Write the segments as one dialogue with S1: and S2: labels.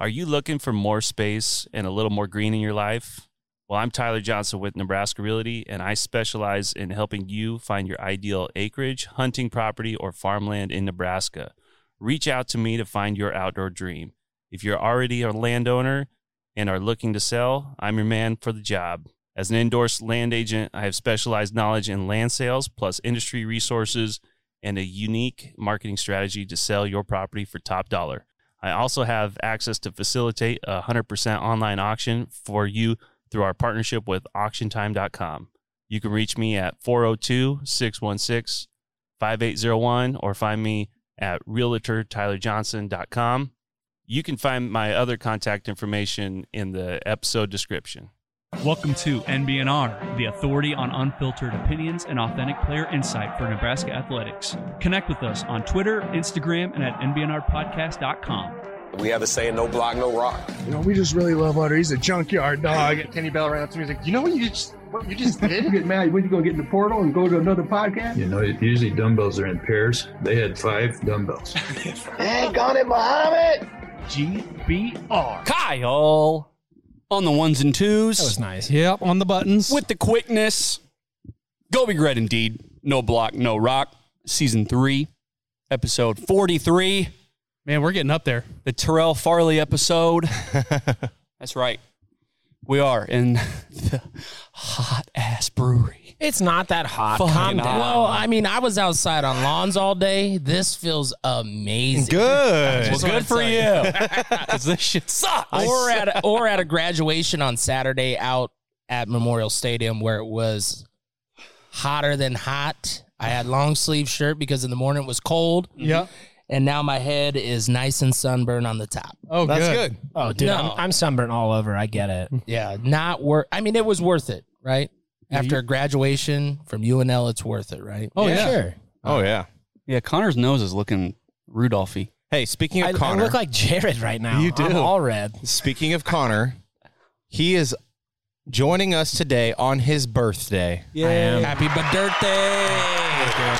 S1: Are you looking for more space and a little more green in your life? Well, I'm Tyler Johnson with Nebraska Realty, and I specialize in helping you find your ideal acreage, hunting property, or farmland in Nebraska. Reach out to me to find your outdoor dream. If you're already a landowner and are looking to sell, I'm your man for the job. As an endorsed land agent, I have specialized knowledge in land sales, plus industry resources and a unique marketing strategy to sell your property for top dollar. I also have access to facilitate a 100% online auction for you through our partnership with auctiontime.com. You can reach me at 402 616 5801 or find me at realtortylerjohnson.com. You can find my other contact information in the episode description.
S2: Welcome to NBNR, the authority on unfiltered opinions and authentic player insight for Nebraska athletics. Connect with us on Twitter, Instagram, and at NBNRpodcast.com.
S3: We have a saying, no block, no rock.
S4: You know, we just really love Otter. He's a junkyard dog.
S5: Kenny Bell ran up to me and was like, "You know what you just what you just did?"
S6: get mad when you go get in the portal and go to another podcast.
S7: You know, usually dumbbells are in pairs. They had five dumbbells.
S5: Daggone it, Muhammad!
S2: GBR.
S8: Kyle on the ones and twos
S9: That was nice. Yep, on the buttons.
S8: with the quickness. Go be great indeed. No block, no rock. Season three, episode 43,
S9: Man, we're getting up there.
S8: the Terrell Farley episode. That's right. We are in the hot ass brewery.
S10: It's not that hot.
S8: Fucking
S10: Calm down.
S8: hot.
S10: Well, I mean, I was outside on lawns all day. This feels amazing.
S9: Good.
S10: That's what
S8: Good
S10: I'm
S8: for
S10: telling
S8: you. Because this shit sucks.
S10: Or at a, or at a graduation on Saturday out at Memorial Stadium where it was hotter than hot. I had long sleeve shirt because in the morning it was cold,
S9: Yep.
S10: and now my head is nice and sunburned on the top.
S9: Oh,
S4: That's
S9: good.
S4: good.
S11: Oh, dude,
S10: No.
S11: I'm, I'm sunburnt all over. I get it.
S10: Yeah, not worth. I mean, it was worth it, right? After a graduation from UNL, it's worth it, right?
S9: Oh, yeah.
S11: Sure.
S4: Oh, yeah.
S8: Yeah, Connor's nose is looking Rudolphy.
S4: Hey, speaking
S11: I,
S4: of
S11: I
S4: Connor,
S11: look like Jared right now.
S4: You
S11: I'm
S4: do.
S11: all red.
S4: speaking of Connor, he is joining us today on his birthday.
S11: I am.
S10: Happy birthday!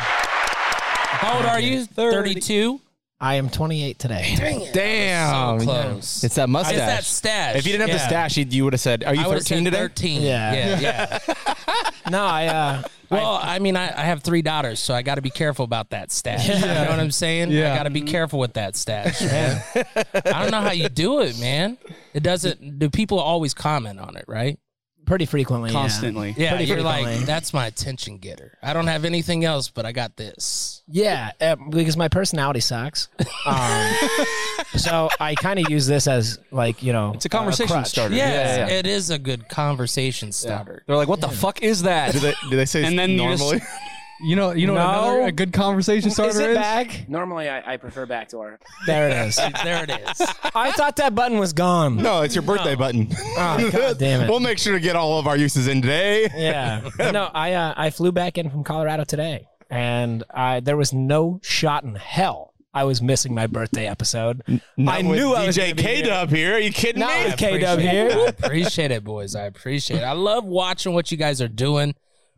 S10: How old are you? Thirty-two.
S11: I am 28 today.
S4: Damn.
S10: So close.
S4: It's that mustache.
S10: It's that stash.
S4: If you didn't have the
S11: Yeah.
S4: stash, you- you would have said, Are you
S10: I would've
S4: 13
S10: said
S4: today?
S10: Thirteen.
S11: Yeah.
S10: yeah, yeah.
S11: No, I uh,
S10: Well, I mean, I, I have three daughters, so I got to be careful about that stash. You know what I'm saying?
S9: Yeah.
S10: I got to be careful with that stash. man. I don't know how you do it, man. It doesn't. Do people always comment on it? Right?
S11: pretty frequently. yeah.
S8: Constantly.
S10: Yeah.
S11: Pretty
S10: you're like,
S11: frequently.
S10: that's my attention getter. I don't have anything else, but I got this.
S11: Yeah, uh, because my personality sucks. Um, so I kind of use this as like you know,
S8: It's a
S4: Uh,
S8: conversation
S11: crutch.
S8: starter.
S10: Yes, it is a good conversation starter.
S8: They're like, what the fuck is that?
S4: Do they, do they say
S8: And then you just-
S4: normally?
S9: You know, you know what
S11: No.
S9: another a good conversation starter
S11: Is it back?
S12: Normally, I, I prefer backdoor.
S11: There it is.
S10: There it is.
S11: I thought that button was gone.
S4: no, it's your birthday button.
S11: Oh, God damn it.
S4: We'll make sure to get all of our uses in today.
S11: Yeah. No, I uh, I flew back in from Colorado today, and I there was no shot in hell I was missing my birthday episode. I
S4: with
S11: knew I was
S4: DJ
S11: gonna be
S4: K
S11: here.
S4: Dub here. Are you kidding
S11: Not
S4: me?
S11: with K Dub
S10: appreciate it.
S11: here.
S10: I appreciate it, boys. I appreciate it. I love watching what you guys are doing,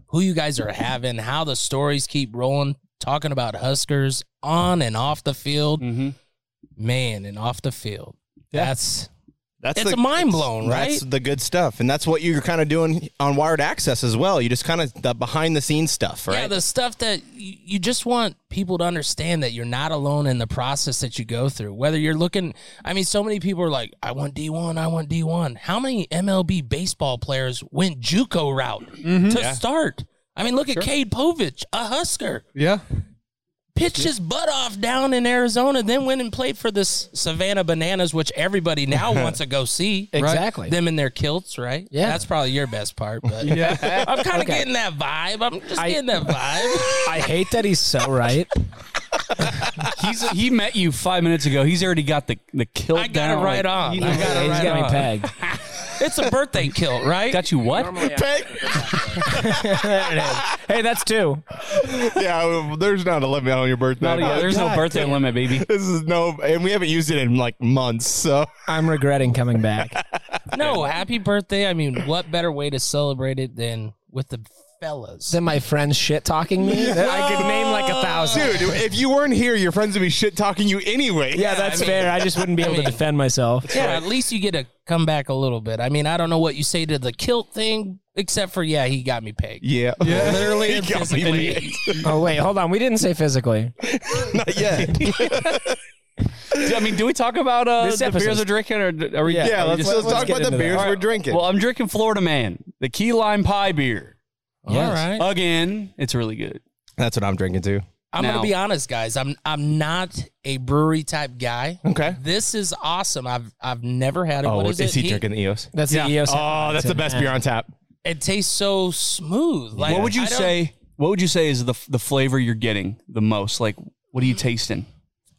S10: who you guys are having, how the stories keep rolling, talking about Huskers on and off the field.
S8: Mhm.
S10: Man, and off the field. That's
S4: That's
S10: It's a mind blown,
S4: That's
S10: right?
S4: the good stuff, and that's what you're kind of doing on Wired Access as well. You just kind of the behind the scenes stuff, right?
S10: yeah, the stuff that you, you just want people to understand that you're not alone in the process that you go through. Whether you're looking, I mean, so many people are like, I want D1, I want D1. How many MLB baseball players went Juco route to start? I mean, look at Cade Povich, a Husker.
S9: Yeah.
S10: pitched his butt off down in Arizona, then went and played for the S- Savannah Bananas, which everybody now wants to go see.
S11: Exactly.
S10: Them in their kilts, right?
S11: Yeah.
S10: That's probably your best part, but
S9: Yeah.
S10: I'm kind of
S11: Okay.
S10: getting that vibe. I'm just
S11: I-
S10: getting that vibe.
S11: I hate that he's so right.
S8: He's he met you five minutes ago. He's already got the the kilt
S10: I got it
S8: down.
S10: right
S11: Oh,
S10: on. I got it
S11: he's
S10: right
S11: got me
S10: on.
S11: pegged.
S10: It's a birthday kilt, right?
S8: Got you what?
S12: Normally, I prefer
S11: There it is. Hey, that's two.
S4: yeah, well, there's not a limit on your birthday.
S8: Not a- there's no birthday limit, baby.
S4: this is no, and we haven't used it in like months. So
S11: I'm regretting coming back.
S10: no, happy birthday. I mean, what better way to celebrate it than with the fellas.
S11: Then my friends shit talking me. I could name like a thousand.
S4: Dude, if you weren't here, your friends would be shit talking you anyway.
S11: Yeah, that's fair. I just wouldn't be able to defend myself.
S10: Yeah, at least you get to come back a little bit. I mean, I don't know what you say to the kilt thing, except for yeah, he got me pegged.
S4: Yeah,
S10: yeah. literally
S11: He
S10: and
S11: got me
S10: physically.
S11: oh wait, hold on. We didn't say physically.
S4: Not yet.
S8: I mean, do we talk about uh,
S11: This
S8: the beers
S11: episode's-
S8: we're drinking, or d- are we?
S11: Yeah,
S8: are we
S11: let's- let's talk
S8: get
S11: about the
S8: into that.
S11: beers
S8: All
S11: we're drinking.
S8: Well, I'm drinking Florida Man, the key lime pie beer.
S10: All right.
S8: again, it's really good.
S4: That's what I'm drinking too.
S10: I'm
S8: Now-
S10: gonna be honest, guys. I'm I'm not a brewery type guy.
S4: Okay.
S10: This is awesome. I've I've never had it.
S4: Oh,
S10: what
S4: is,
S10: is, it?
S4: he drinking the EOS?
S11: That's the E Yeah. EOS.
S4: Oh, that's the best beer on tap.
S10: It tastes so smooth. Like
S8: what would you
S10: I don't-
S8: say? What would you say is the the flavor you're getting the most? Like, what are you tasting?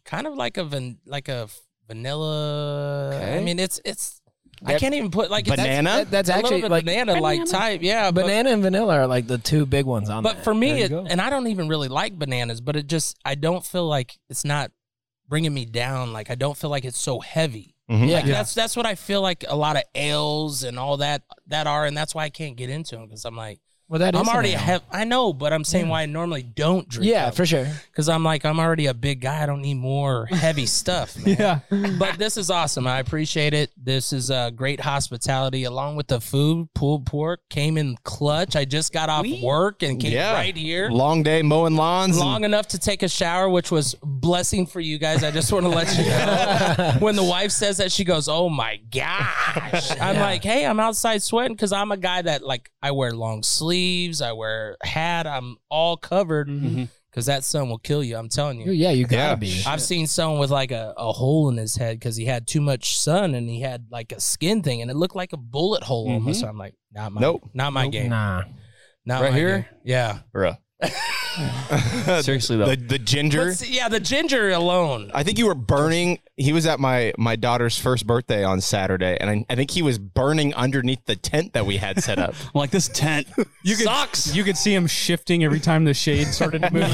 S10: Kind of like a van, like a vanilla. I
S8: Okay.
S10: mean, it's it's. I can't even put like it's-
S11: Banana?
S10: That, that's actually like banana like type. Yeah, but
S11: banana and vanilla are like the two big ones on.
S10: But
S11: there.
S10: for me,
S11: There you
S10: it,
S11: go.
S10: and I don't even really like bananas, but it just I don't feel like it's not bringing me down. Like I don't feel like it's so heavy.
S11: Mm-hmm.
S4: Mhm.
S10: Like
S4: Yeah.
S10: that's that's what I feel like a lot of ales and all that that are, and that's why I can't get into them because I'm like,
S11: Well, that
S10: I'm
S11: is an
S10: already
S11: ale.
S10: have I know, but I'm saying why I normally don't drink.
S11: Yeah, for sure.
S10: Because I'm like I'm already a big guy. I don't need more heavy stuff. Man.
S9: Yeah.
S10: But this is awesome. I appreciate it. This is uh, great hospitality, along with the food. Pulled pork came in clutch. I just got off work and came right here.
S4: Long day mowing lawns. and-
S10: Long enough to take a shower, which was blessing for you guys. I just want to let you know. when the wife says that, she goes, "Oh my gosh!" I'm like, "Hey, I'm outside sweating because I'm a guy that like I wear long sleeves, I wear hat, I'm all covered because that sun will kill you. I'm telling you.
S11: Ooh, yeah, you gotta Yeah. be.
S10: I've seen someone with like a, a hole in his head because he had too much sun and he had like a skin thing and it looked like a bullet hole
S8: Mm-hmm.
S10: almost. So I'm like, not my,
S4: Nope.
S10: not my game.
S11: Nah.
S10: Not
S8: Right
S10: my
S8: here?
S10: game. Yeah.
S4: Bruh.
S8: Seriously though,
S4: The, the ginger.
S10: But see- yeah, the ginger alone.
S4: I think you were burning. He was at my my daughter's first birthday on Saturday, and I, I think he was burning underneath the tent that we had set up.
S8: like this tent.
S9: You could,
S10: Sucks.
S9: You could see him shifting every time the shade started moving.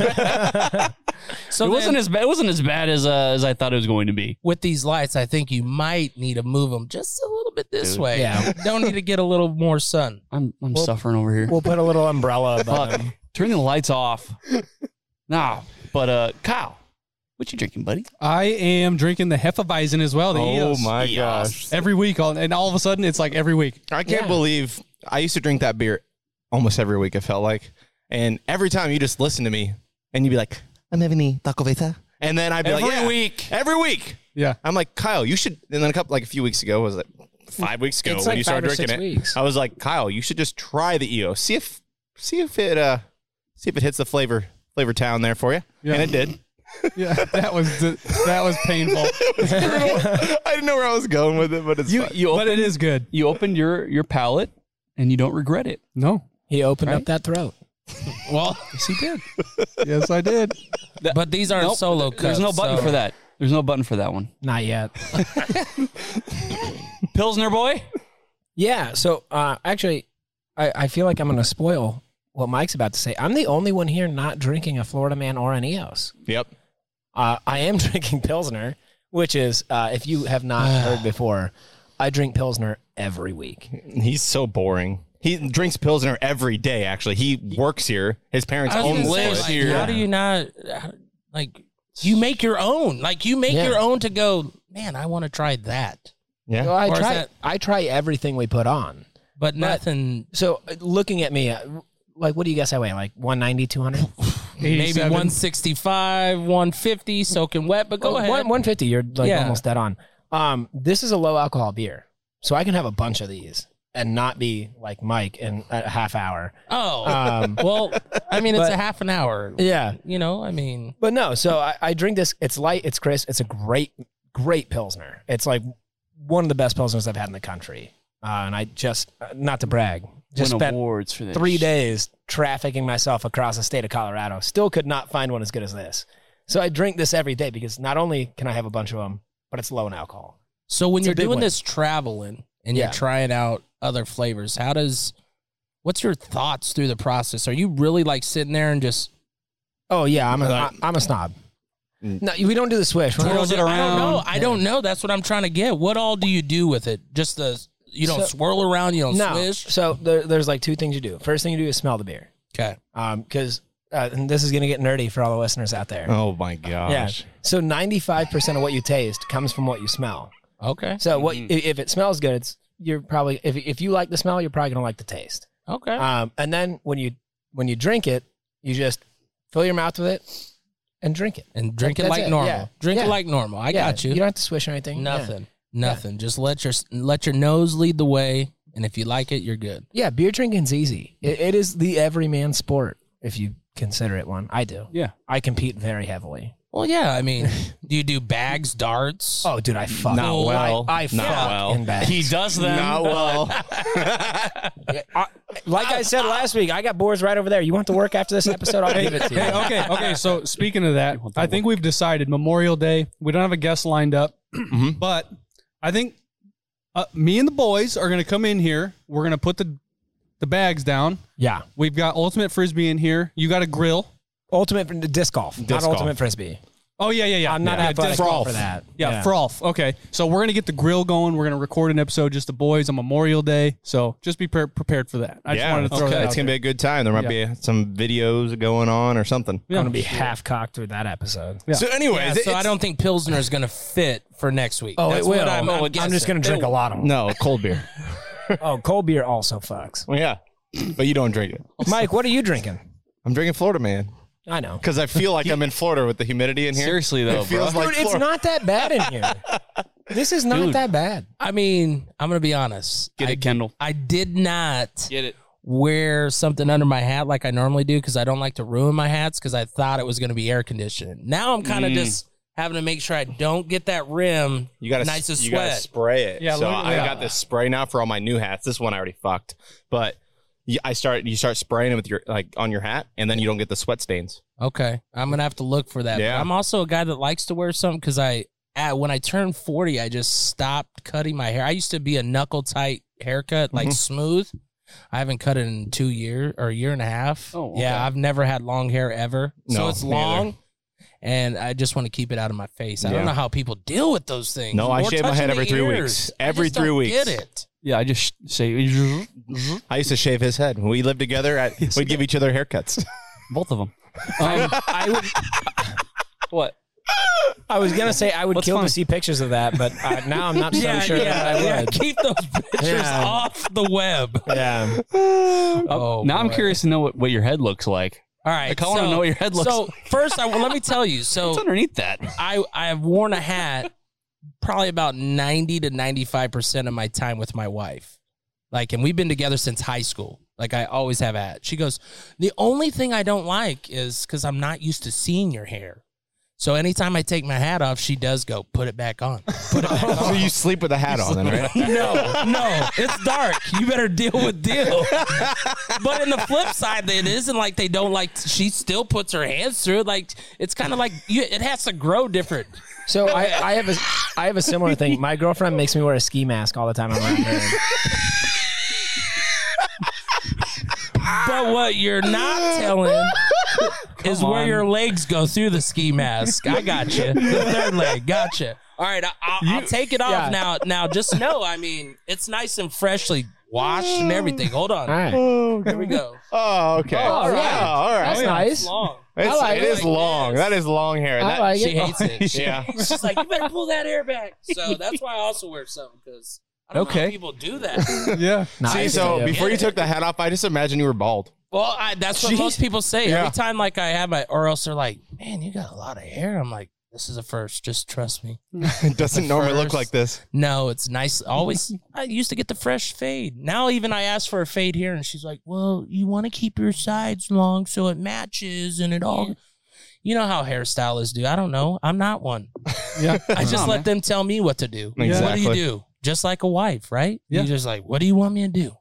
S10: So
S8: it wasn't
S10: then-
S8: as bad. It wasn't as bad as uh, as I thought it was going to be.
S10: with these lights, I think you might need to move them just a little bit this
S8: Dude.
S10: way.
S11: Yeah.
S10: Don't need to get a little more sun.
S8: I'm I'm
S10: Well-
S8: suffering over here.
S11: We'll put a little umbrella above
S8: Fuck.
S11: them.
S8: Turn the lights off. nah, but uh, Kyle, what you drinking, buddy?
S9: I am drinking the Hefeweizen as well. The
S4: oh
S9: Eos.
S4: my gosh!
S9: Every week, all, and all of a sudden, it's like every week.
S4: I can't
S9: Yeah.
S4: believe I used to drink that beer almost every week. It felt like, and every time you just listen to me, and you'd be like, "I'm having a taco Beta," and then I'd be like,
S8: Every
S4: "Yeah."
S8: week.
S4: every week."
S9: Yeah.
S4: I'm like, Kyle, you should. And then a couple, like a few weeks ago, was it five weeks ago
S11: It's
S4: when
S11: like
S4: you started
S11: five or
S4: drinking it?
S11: six weeks.
S4: I was like, Kyle, you should just try the EO. See if, see if it, uh, see if it hits the flavor, flavor town there for you.
S9: Yeah.
S4: And it did.
S9: Yeah, that was the, that was painful,
S4: I didn't know where I was going with it, but it's
S8: You
S4: fine.
S8: you
S9: but
S8: open
S9: it is good.
S8: you open your your palate and you don't regret it.
S9: No,
S11: He opened
S8: Right?
S11: up that throat.
S10: Well,
S8: Yes, you did.
S9: yes, I did.
S10: but these aren't
S8: Nope.
S10: solo cups.
S8: There's no button
S10: so-
S8: for that. There's no button for that one.
S11: Not yet.
S8: Pilsner boy.
S11: Yeah. So uh, actually, I, I feel like I'm going to spoil what Mike's about to say. I'm the only one here not drinking a Florida Man or an EOS.
S4: Yep.
S11: Uh, I am drinking Pilsner, which is, uh, if you have not heard before, I drink Pilsner every week.
S4: He's so boring. He drinks Pilsner every day, actually. He works here. His parents
S10: I was
S4: own
S10: gonna
S4: this
S10: say,
S4: place.
S10: like, How do you not how- like? You make your own. Like you make
S11: Yeah.
S10: your own to go. Man, I want to try that,
S11: Well,
S4: Yeah.
S11: I
S10: Or is
S11: try,
S10: that-
S11: I try everything we put on.
S10: but nothing.
S11: So uh, looking at me, uh, like, what do you guess I weigh? Like 190, 200?
S10: Maybe
S9: 87.
S10: 165, 150, soaking wet. But go
S11: Well,
S10: ahead.
S11: One, 150, you're like
S10: Yeah.
S11: almost dead on. Um, this is a low alcohol beer. So I can have a bunch of these and not be like Mike in a half hour.
S10: oh,
S11: Um,
S10: well, I mean, it's
S11: but-
S10: a half an hour.
S11: yeah.
S10: You know, I mean,
S11: But no, so I, I drink this. It's light, it's crisp, it's a great, great Pilsner. It's like one of the best Pilsners I've had in the country. Uh, and I just, uh, not to brag, just
S8: Win
S11: spent
S8: awards for this.
S11: three days trafficking myself across the state of Colorado. Still could not find one as good as this. So I drink this every day because not only can I have a bunch of them, but it's low in alcohol.
S10: So when
S11: It's a
S10: you're
S11: big
S10: doing
S11: one.
S10: this traveling and
S11: Yeah.
S10: you're trying out other flavors, how does what's your thoughts through the process? Are you really like sitting there and just
S11: Oh yeah, I'm a
S4: Like-
S11: am a snob. No, we don't do the swish. We're not-
S8: Twirls it
S10: I don't know.
S8: around.
S10: I don't know. That's what I'm trying to get. What all do you do with it? Just the you don't
S11: So-
S10: swirl around, you don't
S11: no.
S10: swish.
S11: So there, there's like two things you do. First thing you do is smell the beer.
S10: Okay.
S11: Um, because uh, and this is gonna get nerdy for all the listeners out there.
S4: Oh my gosh.
S11: Yeah. So 95% of what you taste comes from what you smell.
S10: Okay.
S11: So what i- if it smells good, it's you're probably if if you like the smell, you're probably going to like the taste.
S10: Okay.
S11: Um and then when you when you drink it, you just fill your mouth with it and drink it.
S10: And drink it
S11: That's
S10: like
S11: it,
S10: normal.
S11: yeah,
S10: Drink
S11: yeah.
S10: it like normal. I
S11: Yeah,
S10: got you.
S11: You don't have to swish or anything. Yeah.
S10: Nothing. Nothing. Just let your let your nose lead the way, and if you like it, you're good.
S11: Yeah, beer drinking's easy. It, it is the everyman sport if you consider it one. I do.
S10: Yeah.
S11: I compete very heavily.
S10: Well, yeah. I mean, do you do bags, darts?
S11: Oh, dude, I fuck. Not
S10: No,
S11: well.
S10: I, I
S11: Not
S10: fuck
S11: well.
S10: in bags.
S11: He does them. Not well. Like I said last week, I got boards right over there. You want to work after this episode? I'll give it to you.
S9: Hey, okay, okay. So speaking of that, I think we've decided Memorial Day. We don't have a guest lined up,
S8: Mm-hmm.
S9: but I think uh, me and the boys are going to come in here. We're going to put the the bags down.
S11: Yeah,
S9: we've got ultimate frisbee in here. You got a grill.
S11: Ultimate disc golf, not ultimate frisbee.
S9: Oh yeah, yeah, yeah.
S11: I'm not
S9: yeah,
S11: athletic
S9: disc
S11: enough
S9: golf.
S11: for that.
S9: Yeah,
S11: Yeah.
S9: frolf. Okay, so we're gonna get the grill going. We're gonna record an episode just the boys on Memorial Day. So just be pre- prepared for that. I just wanted to throw that.
S4: It's
S9: out
S4: gonna be a good time. There might
S9: Yeah.
S4: be some videos going on or something.
S11: I'm gonna be half cocked with that episode.
S4: So anyways,
S10: Yeah, so I
S4: it's-
S10: don't think Pilsner is going to fit for next week.
S11: Oh,
S10: That's
S11: it will.
S10: what
S11: I'm,
S10: I'm, I'm
S11: just gonna
S10: guessing.
S11: drink a lot of them.
S4: No, cold beer.
S11: oh, cold beer also fucks.
S4: Well, yeah, but you don't drink it.
S11: Mike, what are you drinking?
S4: I'm drinking Florida Man
S11: I know.
S4: because I feel like I'm in Florida with the humidity in here.
S8: Seriously, though,
S4: it feels
S8: bro.
S4: like
S11: Dude, it's
S4: Florida.
S11: not that bad in here. This is not
S8: Dude.
S11: that bad.
S10: I mean, I'm going to be honest.
S8: Get
S10: I,
S8: it, Kendall.
S10: I did not
S8: Get it.
S10: wear something under my hat like I normally do because I don't like to ruin my hats because I thought it was going to be air conditioning. Now I'm kind of
S4: Mm.
S10: just having to make sure I don't get that rim
S4: You gotta,
S10: nice as
S4: you
S10: sweat.
S4: gotta spray it.
S10: Yeah,
S4: Yeah, so
S10: look at
S4: I
S10: that.
S4: got this spray now for all my new hats. This one I already fucked, but you- I start you start spraying it with your like on your hat, and then you don't get the sweat stains.
S10: Okay, I'm gonna have to look for that. But
S4: Yeah.
S10: I'm also a guy that likes to wear something because I, at, when I turned 40, I just stopped cutting my hair. I used to be a knuckle tight haircut, like
S8: Mhm.
S10: smooth. I haven't cut it in two years or a year and a half.
S8: Oh, okay.
S10: yeah, I've never had long hair ever, so
S8: No,
S10: it's
S8: me either.
S10: long. And I just want to keep it out of my face. I don't
S8: Yeah.
S10: know how people deal with those things.
S4: No, I
S10: Or
S4: shave my head
S10: touching
S4: every
S10: the
S4: three
S10: ears.
S4: weeks.
S10: I
S4: Every
S10: just
S4: three
S10: don't
S4: weeks.
S10: Get it?
S8: Yeah, I just say
S4: I used to shave his head. When we lived together, at, we'd give each other haircuts.
S8: Both of them.
S9: Um,
S11: I would.
S8: what?
S11: I was gonna say I would
S8: What's
S11: kill
S8: funny?
S11: to see pictures of that, but uh, now I'm not so
S10: Yeah,
S11: sure
S10: yeah,
S11: that I
S10: yeah.
S11: would.
S10: Keep those pictures
S11: Yeah.
S10: off the web.
S11: Yeah.
S10: Oh,
S8: now I'm
S10: boy.
S8: curious to know what, what your head looks like.
S10: All right.
S8: I kinda wanna know what your head looks
S10: So
S8: like.
S10: first, I well, let me tell you. So
S8: What's underneath that?
S10: I I have worn a hat probably about ninety to ninety five percent of my time with my wife. Like, and we've been together since high school. Like, I always have a hat. She goes, the only thing I don't like is because I'm not used to seeing your hair. So anytime I take my hat off, she does go, put it back on. Put it back on.
S4: so you sleep with a hat on, then, right?
S10: No, no, it's dark. You better deal with deal. But in the flip side, it isn't like they don't like. She still puts her hands through it. Like it's kind of like you, it has to grow different.
S11: So I, I have a I have a similar thing. My girlfriend makes me wear a ski mask all the time. I'm around her.
S10: But what you're not telling is
S8: Come
S10: where
S8: on.
S10: your legs go through the ski mask. I got you. The third leg. Gotcha. All right, I, I'll, I'll take it off
S8: yeah.
S10: now. Now just know, I mean, it's nice and freshly washed and everything. Hold on.
S11: All right.
S10: Here we go.
S4: Oh, okay.
S10: Oh, all right.
S4: Oh, all right.
S11: That's nice.
S10: Long.
S4: It's,
S11: I like
S4: it is
S10: it.
S4: long. That is long hair.
S11: I
S4: That,
S11: like
S10: She
S11: it.
S10: hates it. She-
S4: Yeah.
S10: She's like, you better pull that hair back. So that's why I also wear something because I don't know
S8: Okay.
S10: how people do that.
S9: yeah.
S4: See, so before you took the hat off, I just imagined you were bald.
S10: Well, I, that's what
S4: Jeez.
S10: most people say
S4: Yeah.
S10: every time. Like I have my, or else they're like, man, you got a lot of hair. I'm like, this is a first. Just trust me.
S4: It doesn't
S10: The
S4: normally look
S10: first-
S4: like this.
S10: No, it's nice. Always, I used to get the fresh fade. Now even I asked for a fade here, and she's like, well, you want to keep your sides long so it matches and it all. You know how hairstylists do. I don't know. I'm not one.
S9: Yeah.
S10: I just
S9: No,
S10: let
S9: man.
S10: them tell me what to do.
S4: Yeah.
S10: What
S4: Exactly.
S10: do you do? Just like a wife, right?
S9: Yeah.
S10: You're just like, what do you want me to do?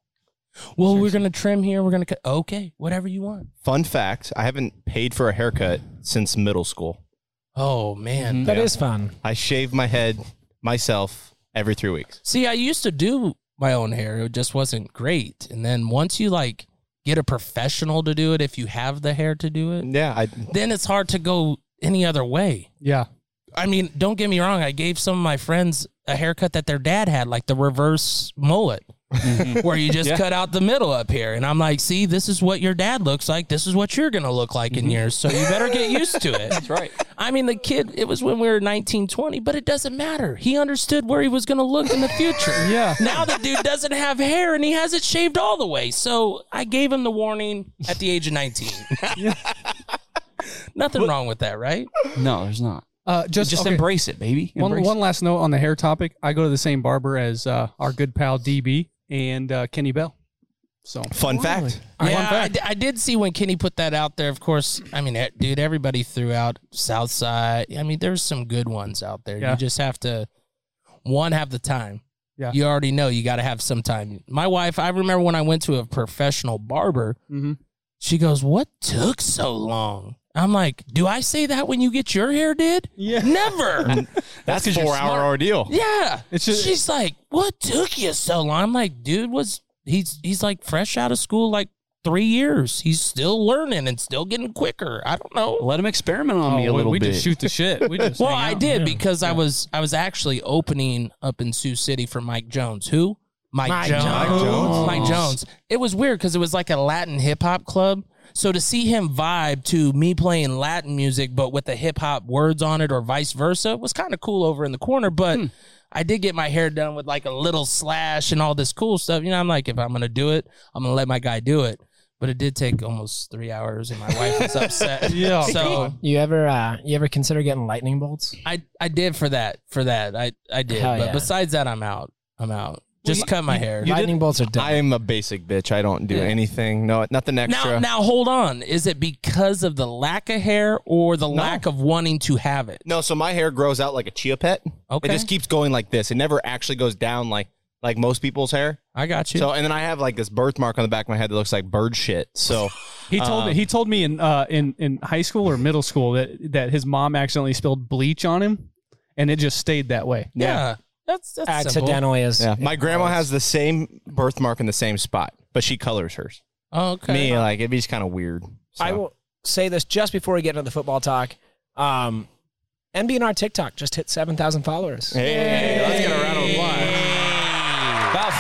S10: Well, we're gonna trim here. We're gonna cut. Okay, whatever you want.
S4: Fun fact I haven't paid for a haircut since middle school.
S10: Oh
S9: Mm-hmm.
S10: man.
S11: That is fun.
S4: I shave my head myself every three weeks.
S10: See, I used to do my own hair. It just wasn't great. And then once you like get a professional to do it, if you have the hair to do it,
S4: Yeah. I,
S10: then it's hard to go any other way.
S9: Yeah.
S10: I mean, don't get me wrong. I gave some of my friends a haircut that their dad had, like the reverse mullet. where you just
S8: Yeah.
S10: cut out the middle up here. And I'm like, see, this is what your dad looks like. This is what you're going to look like in yours. So you better get used to it. That's
S8: right.
S10: I mean, the kid, it was when we were 19, 20, but it doesn't matter. He understood where he was going to look in the future. yeah. Now the dude doesn't have hair and he has it shaved all the way. So I gave him the warning at the age of 19. Nothing wrong with that, right?
S8: No, there's not.
S9: Uh, just
S8: Just
S9: okay.
S8: embrace it, baby.
S9: One,
S8: Embrace
S9: one last note on the hair topic. I go to the same barber as uh, our good pal DB and uh, Kenny Bell. So
S4: Fun fact.
S10: yeah, I d- I, did see when Kenny put that out there. Of course, I mean, eh, dude, everybody threw out Southside. I mean, there's some good ones out there.
S9: Yeah.
S10: You just have to one have the time.
S9: Yeah.
S10: You already know you got to have some time. My wife, I remember when I went to a professional barber, she goes, "What took so long?" I'm like, "Do I say that when you get your hair did? Yeah. Never."
S4: That's a
S10: 'cause you're
S4: four hour
S10: smart.
S4: ordeal.
S10: Yeah.
S9: It's just-
S10: She's like, what took you so long? I'm like, dude, was he's he's like fresh out of school like three years. He's still learning and still getting quicker. I don't know.
S8: Let him experiment on me a
S9: Oh, we-
S8: little
S9: we
S8: bit.
S9: just shoot the shit. We just
S10: well,
S9: hang
S10: I
S9: out.
S10: did
S9: Yeah.
S10: because I was I was actually opening up in Sioux City for Mike Jones. Who? Mike,
S8: Mike
S10: Jones.
S8: Jones. Jones.
S10: Mike Jones. It was weird because it was like a Latin hip hop club. So to see him vibe to me playing Latin music, but with the hip hop words on it, or vice versa, was kind of cool over in the corner. But
S8: Hmm.
S10: I did get my hair done with like a little slash and all this cool stuff. You know, I'm like, if I'm gonna do it, I'm gonna let my guy do it. But it did take almost three hours, and my wife was upset.
S9: Yeah.
S10: So
S11: You ever uh, you ever consider getting lightning bolts?
S10: I I did for that for that I I did.
S11: Hell
S10: but
S11: yeah.
S10: besides that, I'm out. I'm out. Just
S11: you-
S10: cut my hair.
S11: lightning bolts are done.
S4: I am a basic bitch. I don't do
S10: Yeah.
S4: anything. No, nothing
S10: now
S4: extra.
S10: now hold on. Is it because of the lack of hair or the lack of wanting to have it?
S4: No, so my hair grows out like a chia pet.
S10: Okay.
S4: It just keeps going like this. It never actually goes down like like most people's hair.
S10: I got you.
S4: So and then I have like this birthmark on the back of my head that looks like bird shit. So
S9: He told me
S4: um,
S9: he told me in uh, in in high school or middle school that that his mom accidentally spilled bleach on him, and it just stayed that way.
S10: yeah. That's that's simple.
S11: Accidentally is
S4: Yeah. My grandma has the same birthmark in the same spot, but she colors hers.
S10: Oh, okay.
S4: Me, like it'd be just kind of weird. So.
S11: I will say this just before we get into the football talk. Um, MBNR TikTok just hit seven thousand followers.
S4: Hey, let's get a round of applause.
S8: About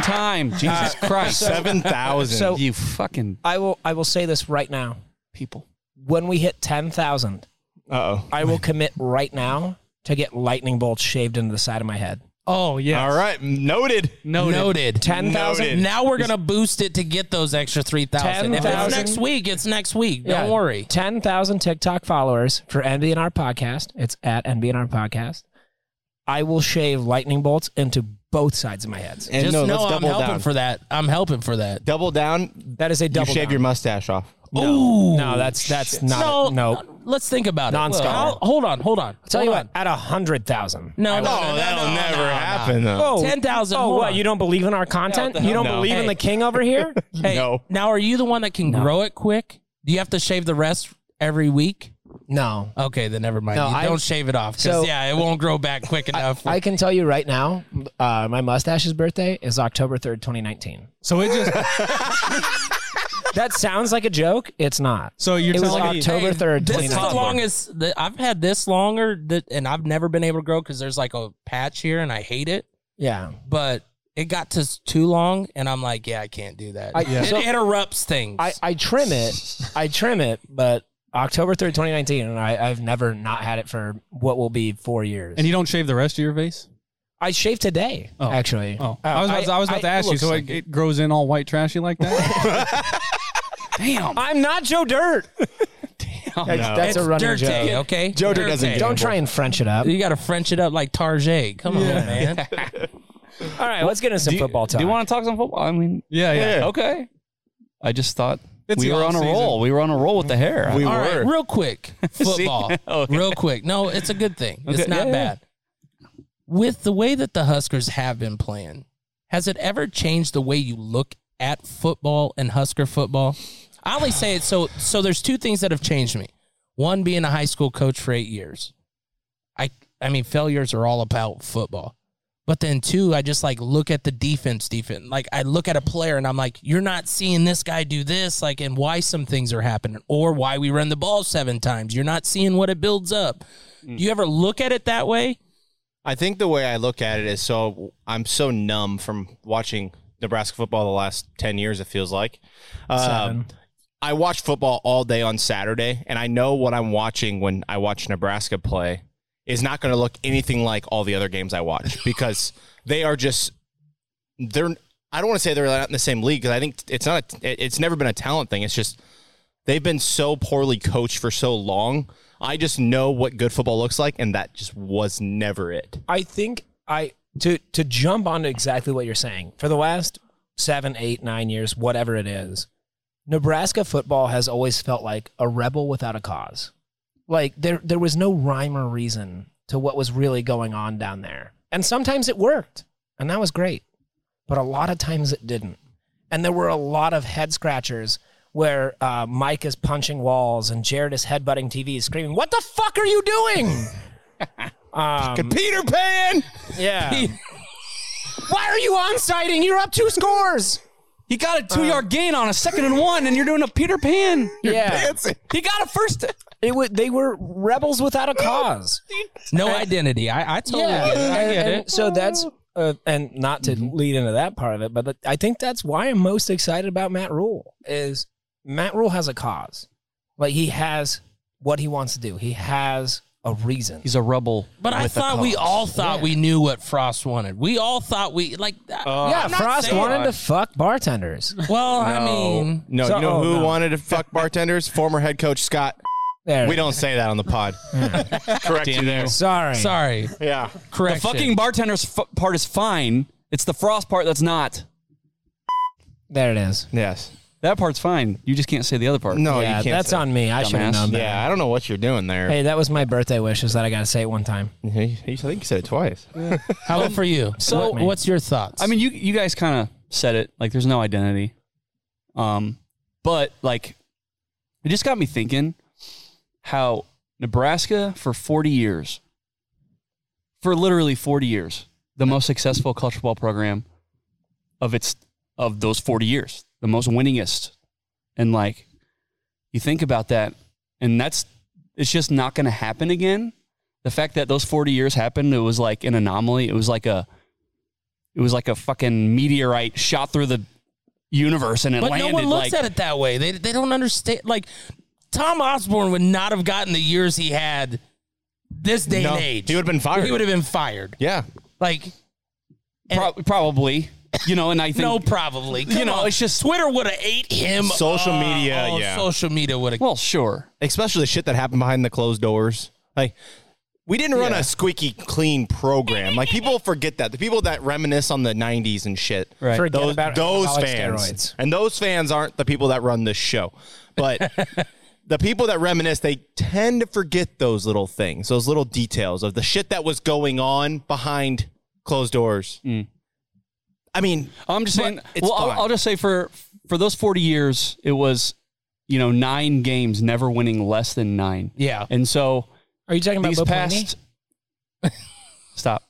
S8: time. Jesus Christ.
S4: Seven thousand.
S11: So-
S8: you fucking
S11: I will. I will say this right now.
S8: people.
S11: When we hit ten thousand,
S4: uh oh.
S11: I will commit right now to get lightning bolts shaved into the side of my head.
S9: Oh yeah.
S4: All right, noted.
S9: Noted.
S10: Noted.
S11: Ten thousand.
S4: Noted.
S10: Now we're gonna boost it to get those extra three thousand. If it's
S11: 10,000.
S10: next week, it's next week. Don't
S11: Yeah.
S10: worry.
S11: 10,000 TikTok followers for NBNR Podcast. It's at NBNR Podcast. I will shave lightning bolts into both sides of my heads.
S4: And
S10: Just
S4: no,
S10: know
S4: let's
S10: I'm
S4: double
S10: helping
S4: down.
S10: for that. I'm helping for that.
S4: double down.
S11: That is a double.
S4: you shave
S11: down.
S4: your mustache off.
S10: No,
S11: No, that's that's not no.
S10: no. Let's think about it.
S11: Non-scholar.
S10: I'll- Hold on, hold on.
S11: Tell
S10: hold
S11: you
S10: on.
S11: what, at a hundred thousand.
S10: No,
S11: I
S10: no,
S11: will-
S10: no, no, no, no, no, no.
S11: Oh,
S10: 10,000,
S11: Oh,
S10: hold
S11: what?
S10: on.
S11: You don't believe in our content? You don't
S4: No.
S11: believe in
S10: Hey.
S11: the king over here?
S10: Hey,
S4: No.
S10: Now, are you the one that can grow it quick? Do you have to shave the rest every week?
S11: no.
S10: Okay, then never mind.
S11: No,
S10: you
S11: I-
S10: don't shave it off. 'cause,
S11: So-
S10: yeah, it won't grow back quick enough.
S11: I can tell you right now, uh, my mustache's birthday is October third, twenty nineteen.
S9: So it just
S11: That sounds like a joke. It's not.
S9: so you're
S11: It was
S9: telling me
S11: October third,
S10: This
S11: twenty
S10: is the
S11: nineteen.
S10: longest that I've had this longer, that, and I've never been able to grow because there's like a patch here, and I hate it.
S11: Yeah.
S10: But it got to s- too long, and I'm like, yeah, I can't do that.
S11: I-
S10: It
S11: so-
S10: interrupts things.
S11: I, I trim it. I trim it, but October 3rd, 2019, and I, I've never not had it for what will be four years.
S9: and you don't shave the rest of your face.
S11: I shaved today,
S9: Oh.
S11: actually.
S9: Oh, I was about, to- I, was about to ask you.
S11: looks
S9: So
S11: like
S9: it, it grows in all white trashy like that.
S8: Damn.
S11: I'm not Joe Dirt.
S8: Damn.
S11: That's,
S10: it's
S11: that's a running
S10: dirty,
S11: joke.
S10: okay?
S4: Joe Dirt doesn't
S10: Dirty.
S4: get
S11: Don't try and French it up.
S10: You got to French it up like Tarjay. Come on, man.
S11: All right, let's get into some
S8: Do you,
S11: football talk.
S8: do you want to talk some football? I mean,
S9: yeah, yeah.
S8: okay. I just thought
S9: It's
S8: we
S9: the
S8: were on a
S9: off-season.
S8: roll. We were on a roll with the hair.
S4: We
S8: I-
S10: All right,
S4: were.
S10: real quick, football.
S8: Oh, Okay.
S10: Real quick. No, it's a good thing. It's
S8: Okay,
S10: not
S8: yeah, yeah.
S10: bad. With the way that the Huskers have been playing, has it ever changed the way you look at football and Husker football? I only say it so so there's two things that have changed me. One being a high school coach for 8 years. I I mean failures are all about football. But then two, I just like look at the defense defense. Like I look at a player and I'm like, you're not seeing this guy do this, like and why some things are happening or why we run the ball seven times. You're not seeing what it builds up. Do you ever look at it that way?
S4: I think the way I look at it is so I'm so numb from watching Nebraska football the last 10 years, it feels like. Um,
S11: Seven.
S4: I watch football all day on Saturday, and I know what I'm watching when I watch Nebraska play is not going to look anything like all the other games I watch because they are just they're I don't want to say they're not in the same league because I think it's not a, it- it's never been a talent thing. It's just they've been so poorly coached for so long. I just know what good football looks like, and that just was never it.
S11: I think I to to jump onto exactly what you're saying. For the last seven, eight, nine years, whatever it is, Nebraska football has always felt like a rebel without a cause. Like there there was no rhyme or reason to what was really going on down there. And sometimes it worked, and that was great. But a lot of times it didn't. And there were a lot of head scratchers where uh, Mike is punching walls and Jared is headbutting TVs, screaming, "What the fuck are you doing?" Um,
S4: Peter Pan.
S11: Yeah. Why are you onsiding? You're up two scores. Uh.
S8: He got a two-yard gain on a second and one, and you're doing a Peter Pan.
S11: yeah.
S8: He got a first.
S11: It would. They were rebels without a cause.
S10: No identity. I, I totally get it. I
S11: and-
S10: get
S11: and
S10: it.
S11: So that's uh, and not to
S8: Mm-hmm.
S11: lead into that part of it, but I think that's why I'm most excited about Matt Rule is Matt Rule has a cause. Like he has what he wants to do. He has a reason.
S8: He's a rebel.
S10: But I thought we all thought we knew what Frost wanted. We all thought we like. Uh,
S11: yeah, Frost wanted to fuck bartenders.
S10: Well, I mean,
S4: No,
S11: So-
S4: you know
S11: oh,
S4: who
S11: no.
S4: wanted to fuck bartenders? Former head coach Scott.
S11: There.
S4: We don't say that on the pod. Hmm. Correct you there.
S11: Sorry.
S10: Sorry.
S4: Yeah.
S10: Correction.
S8: The fucking bartender's f- part is fine. It's the frost part that's not.
S11: There it is.
S4: Yes.
S8: That part's fine. You just can't say the other part.
S4: No,
S11: yeah,
S4: you can't.
S11: that's
S4: say
S11: on me. I should have
S8: Dumbass.
S11: known better.
S4: Yeah, I don't know what you're doing there.
S11: Hey, that was my birthday wish. Is that I got to say it one time.
S4: He, he- I think he said it twice.
S10: how about for you?
S8: Um, So-
S10: So, what's your thoughts?
S8: I mean, you you guys kind of said it. Like, there's no identity. Um, but like, it just got me thinking how Nebraska for 40 years, for literally 40 years, the most successful college football program of its of those 40 years, the most winningest, and like, you think about that, and that's it's just not going to happen again. The fact that those 40 years happened, it was like an anomaly. It was like a it was like a fucking meteorite shot through the universe and it
S10: but
S8: landed
S10: no one looks
S8: like
S10: at it that way. They they don't understand. Like Tom Osborne would not have gotten the years he had this day
S4: No,
S10: and age.
S4: he would've been fired.
S10: He would have been fired.
S4: Yeah.
S10: Like
S8: Prob- probably, you know, and I think
S10: no, probably.
S8: You
S10: Come
S8: know,
S10: on.
S8: it's just
S10: Twitter would have ate him.
S4: Social
S10: up.
S4: media,
S10: Oh,
S4: yeah.
S10: Social media would have.
S8: well, sure.
S4: Especially the shit that happened behind the closed doors. Like, we didn't run
S8: Yeah.
S4: a squeaky clean program. Like, people forget that. The people that reminisce on the 90s and shit.
S8: Right.
S11: Forget
S4: Those,
S11: about
S4: those
S11: anabolic
S4: fans.
S11: steroids.
S4: And those fans aren't the people that run this show. But the people that reminisce, they tend to forget those little things, those little details of the shit that was going on behind closed doors.
S11: Mm.
S4: I mean,
S8: I'm just
S4: But
S8: saying.
S4: it's
S8: Well, I'll,
S4: fine.
S8: I'll just say for for those 40 years, it was you know nine games, never winning less than nine,
S10: Yeah.
S8: and so
S11: Are you talking about
S8: these
S11: Bo
S8: past. stop,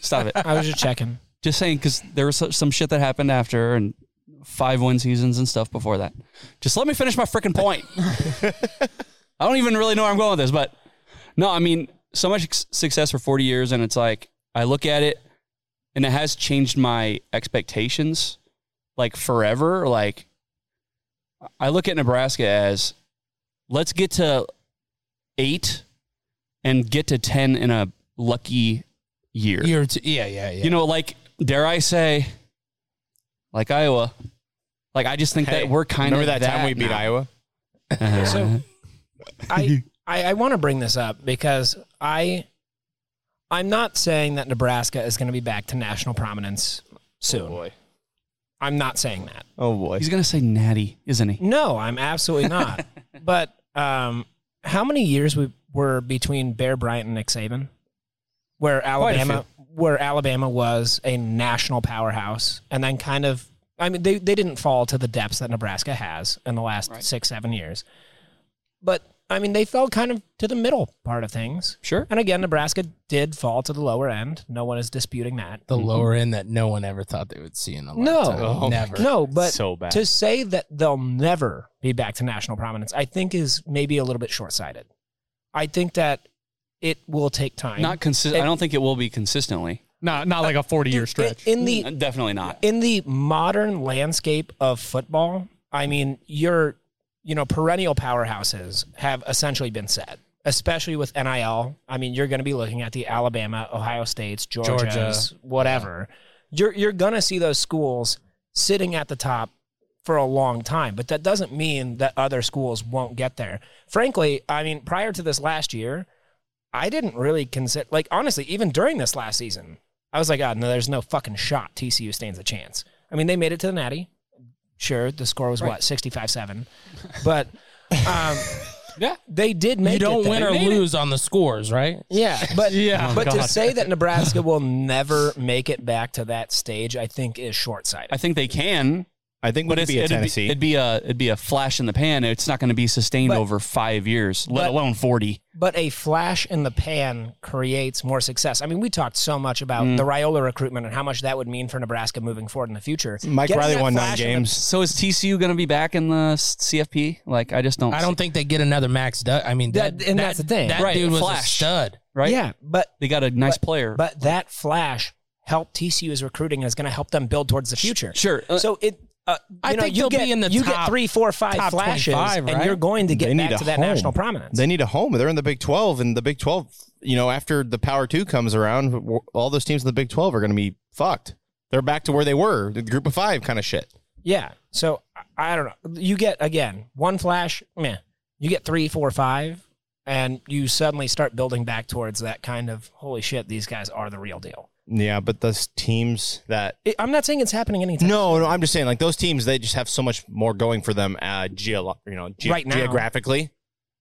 S8: stop it.
S11: Pelini? I was just checking.
S8: Just saying because there was so- some shit that happened after and five win seasons and stuff before that. Just let me finish my freaking point. I don't even really know where I'm going with this, but no, I mean, so much s- success for 40 years, and it's like I look at it, and it has changed my expectations, like forever. Like I look at Nebraska as, let's get to eight, and get to ten in a lucky year.
S10: Year two, yeah, yeah, yeah.
S8: You know, like dare I say, like Iowa, like I just think
S4: Hey,
S8: that Uh-huh. we're kind
S4: remember
S8: of
S4: that, time we beat Iowa?
S8: Iowa.
S11: So- I I, I want to bring this up because I I'm not saying that Nebraska is going to be back to national prominence soon. I'm not saying that.
S4: Oh boy.
S8: He's gonna say natty, isn't he?
S11: No, I'm absolutely not. but um, how many years we were between Bear Bryant and Nick Saban, where
S8: a
S11: Alabama, where Alabama was a national powerhouse, and then kind of, I mean, they they didn't fall to the depths that Nebraska has in the last
S8: Right.
S11: six seven years, but I mean, they fell kind of to the middle part of things.
S8: Sure.
S11: And again, Nebraska did fall to the lower end. No one is disputing that.
S10: the lower end that no one ever thought they would see in a
S11: No,
S10: lifetime. never.
S11: No, but
S4: So bad.
S11: to say that they'll never be back to national prominence, I think is maybe a little bit short-sighted. I think that it will take time.
S8: Not consistent. I don't think it will be consistently. Uh,
S9: Not not like a forty year stretch.
S11: in the-
S8: definitely not.
S11: in the modern landscape of football, I mean, your you know perennial powerhouses have essentially been set, especially with NIL. I mean, you're going to be looking at the Alabama, Ohio States, Georgia's,
S13: Georgia.
S11: whatever. You're you're going to see those schools sitting at the top for a long time, but that doesn't mean that other schools won't get there. Frankly, I mean, prior to this last year, I didn't really consider, like, honestly, even during this last season, I was like, oh, no, there's no fucking shot TCU stands a chance. I mean, they made it to the Natty. Sure, the score was
S10: Right.
S11: what, 65 7. But um, yeah, they did make
S10: You
S11: it
S10: don't
S11: there.
S10: win
S11: They
S10: or
S11: made it.
S10: lose on the scores, right?
S11: Yeah, but
S10: Yeah.
S11: but
S10: Oh,
S11: to
S10: God.
S11: say that Nebraska will never make it back to that stage, I think is short sighted.
S8: I think they can.
S4: I think
S11: we could
S8: it's-
S11: be a
S8: it'd
S11: Tennessee.
S8: It'd be a it'd be a flash in the pan. It's not going to be sustained over five years, let
S11: but-
S8: alone forty.
S11: But a flash in the pan creates more success. I mean, we talked so much about
S8: Mm.
S11: the Riola recruitment and how much that would mean for Nebraska moving forward in the future. Getting that flash in the-
S8: so is TCU going to be back in the s- CFP? Like I just don't.
S10: I don't think they get another Max. Dud- I mean, that,
S11: That- and
S10: that-
S11: that's the thing.
S10: That
S11: Right,
S10: dude was a
S11: flash.
S10: stud.
S8: right?
S11: Yeah, but
S8: they got a nice player.
S11: But that flash helped TCU's recruiting and is going to help them build towards the future.
S8: Sure.
S11: so it. Uh, you
S10: I
S11: know,
S10: think
S11: you
S10: they'll
S11: get,
S10: be in the
S11: you
S10: top-
S11: get three, four, five
S10: top
S11: flashes,
S10: 25,
S11: and
S10: right?
S11: you're going to get
S4: They
S11: back
S4: need
S11: to
S4: a
S11: that
S4: home.
S11: national prominence.
S4: They need a home. They're in the Big 12, and the Big 12, you know, after the Power 2 comes around, w- all those teams in the Big 12 are going to be fucked. They're back to where they were, the group of five kind of shit.
S11: Yeah. So I- I don't know. You get again one flash, meh. You get three, four, five, and you suddenly start building back towards that kind of holy shit. These guys are the real deal.
S4: Yeah, but those teams that.
S11: I- I'm not saying it's happening anytime.
S4: No, no, I'm just saying, like, those teams, they just have so much more going for them, uh, geolo- you know, ge-
S11: Right now.
S4: geographically.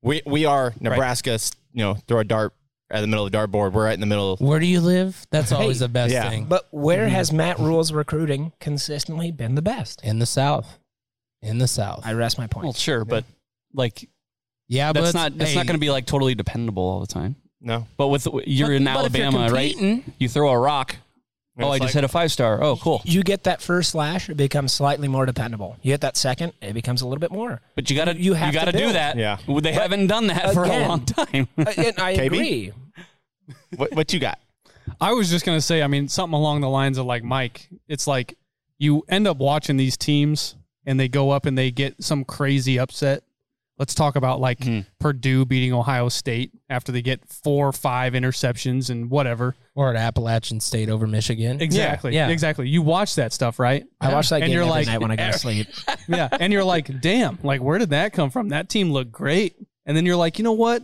S4: We, we are Nebraska, s- you know, throw a dart at the middle of the dartboard. We're right in the middle of.
S10: Where do you live? That's always
S4: Hey,
S10: the best
S4: yeah.
S10: thing.
S11: But where has Matt Rule's recruiting consistently been the best?
S10: in the South, in the South,
S11: I rest my point.
S8: Well, sure, but like,
S10: yeah,
S8: that's
S10: but
S8: not that's
S10: hey,
S8: not going to be like totally dependable all the time.
S4: No,
S8: but with you're
S10: But-
S8: in
S10: but if you're
S8: Alabama, right?
S10: competing-
S8: You throw a rock.
S4: And
S8: oh,
S4: it's
S8: I
S4: like-
S8: just hit a five star. Oh, cool.
S11: You get that first slash, it becomes slightly more dependable. You hit that second, it becomes a little bit more.
S8: But you gotta you,
S11: have
S8: gotta
S11: to
S8: do
S11: build.
S8: that.
S4: Yeah.
S8: Well, they
S11: But
S8: haven't done that for a
S11: again-
S8: long time.
S11: Uh, and I
S9: KB?
S11: agree.
S4: What, what you got?
S9: I was just gonna say, I mean, something along the lines of like Mike. It's like you end up watching these teams and they go up and they get some crazy upset. Let's talk about like
S8: Hmm.
S9: Purdue beating Ohio State after they get four or five interceptions and whatever.
S10: or at Appalachian State over Michigan.
S9: Exactly.
S10: Yeah.
S9: Exactly. You watch that stuff, right?
S11: I watch that
S9: And
S11: game
S9: you're
S11: every
S9: like-
S11: night when I go to sleep.
S9: yeah. And you're like, damn, like where did that come from? That team looked great. And then you're like, you know what?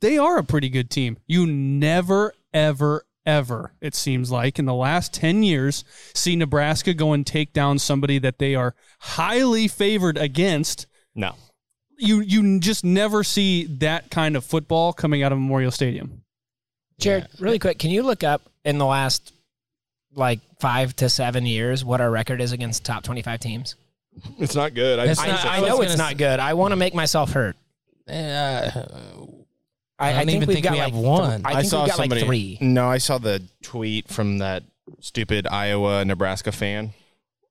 S9: They are a pretty good team. You never, ever, ever, it seems like, in the last 10 years, see Nebraska go and take down somebody that they are highly favored against.
S4: No.
S9: You you just never see that kind of football coming out of Memorial Stadium.
S11: Jared, really quick, can you look up in the last like five to seven years what our record is against top twenty-five teams?
S4: It's not good.
S10: I- Oh, It's not-
S11: I,
S10: I was
S11: know
S10: gonna
S11: it's not
S10: s-
S11: good. I want to make myself hurt.
S10: Uh,
S11: I,
S10: I
S11: I,
S10: don't
S11: think
S10: even
S11: we've
S10: think
S11: got
S10: we
S11: like
S10: have one.
S11: th- I, think we've got like three.
S4: No, I saw the tweet from that stupid Iowa Nebraska fan.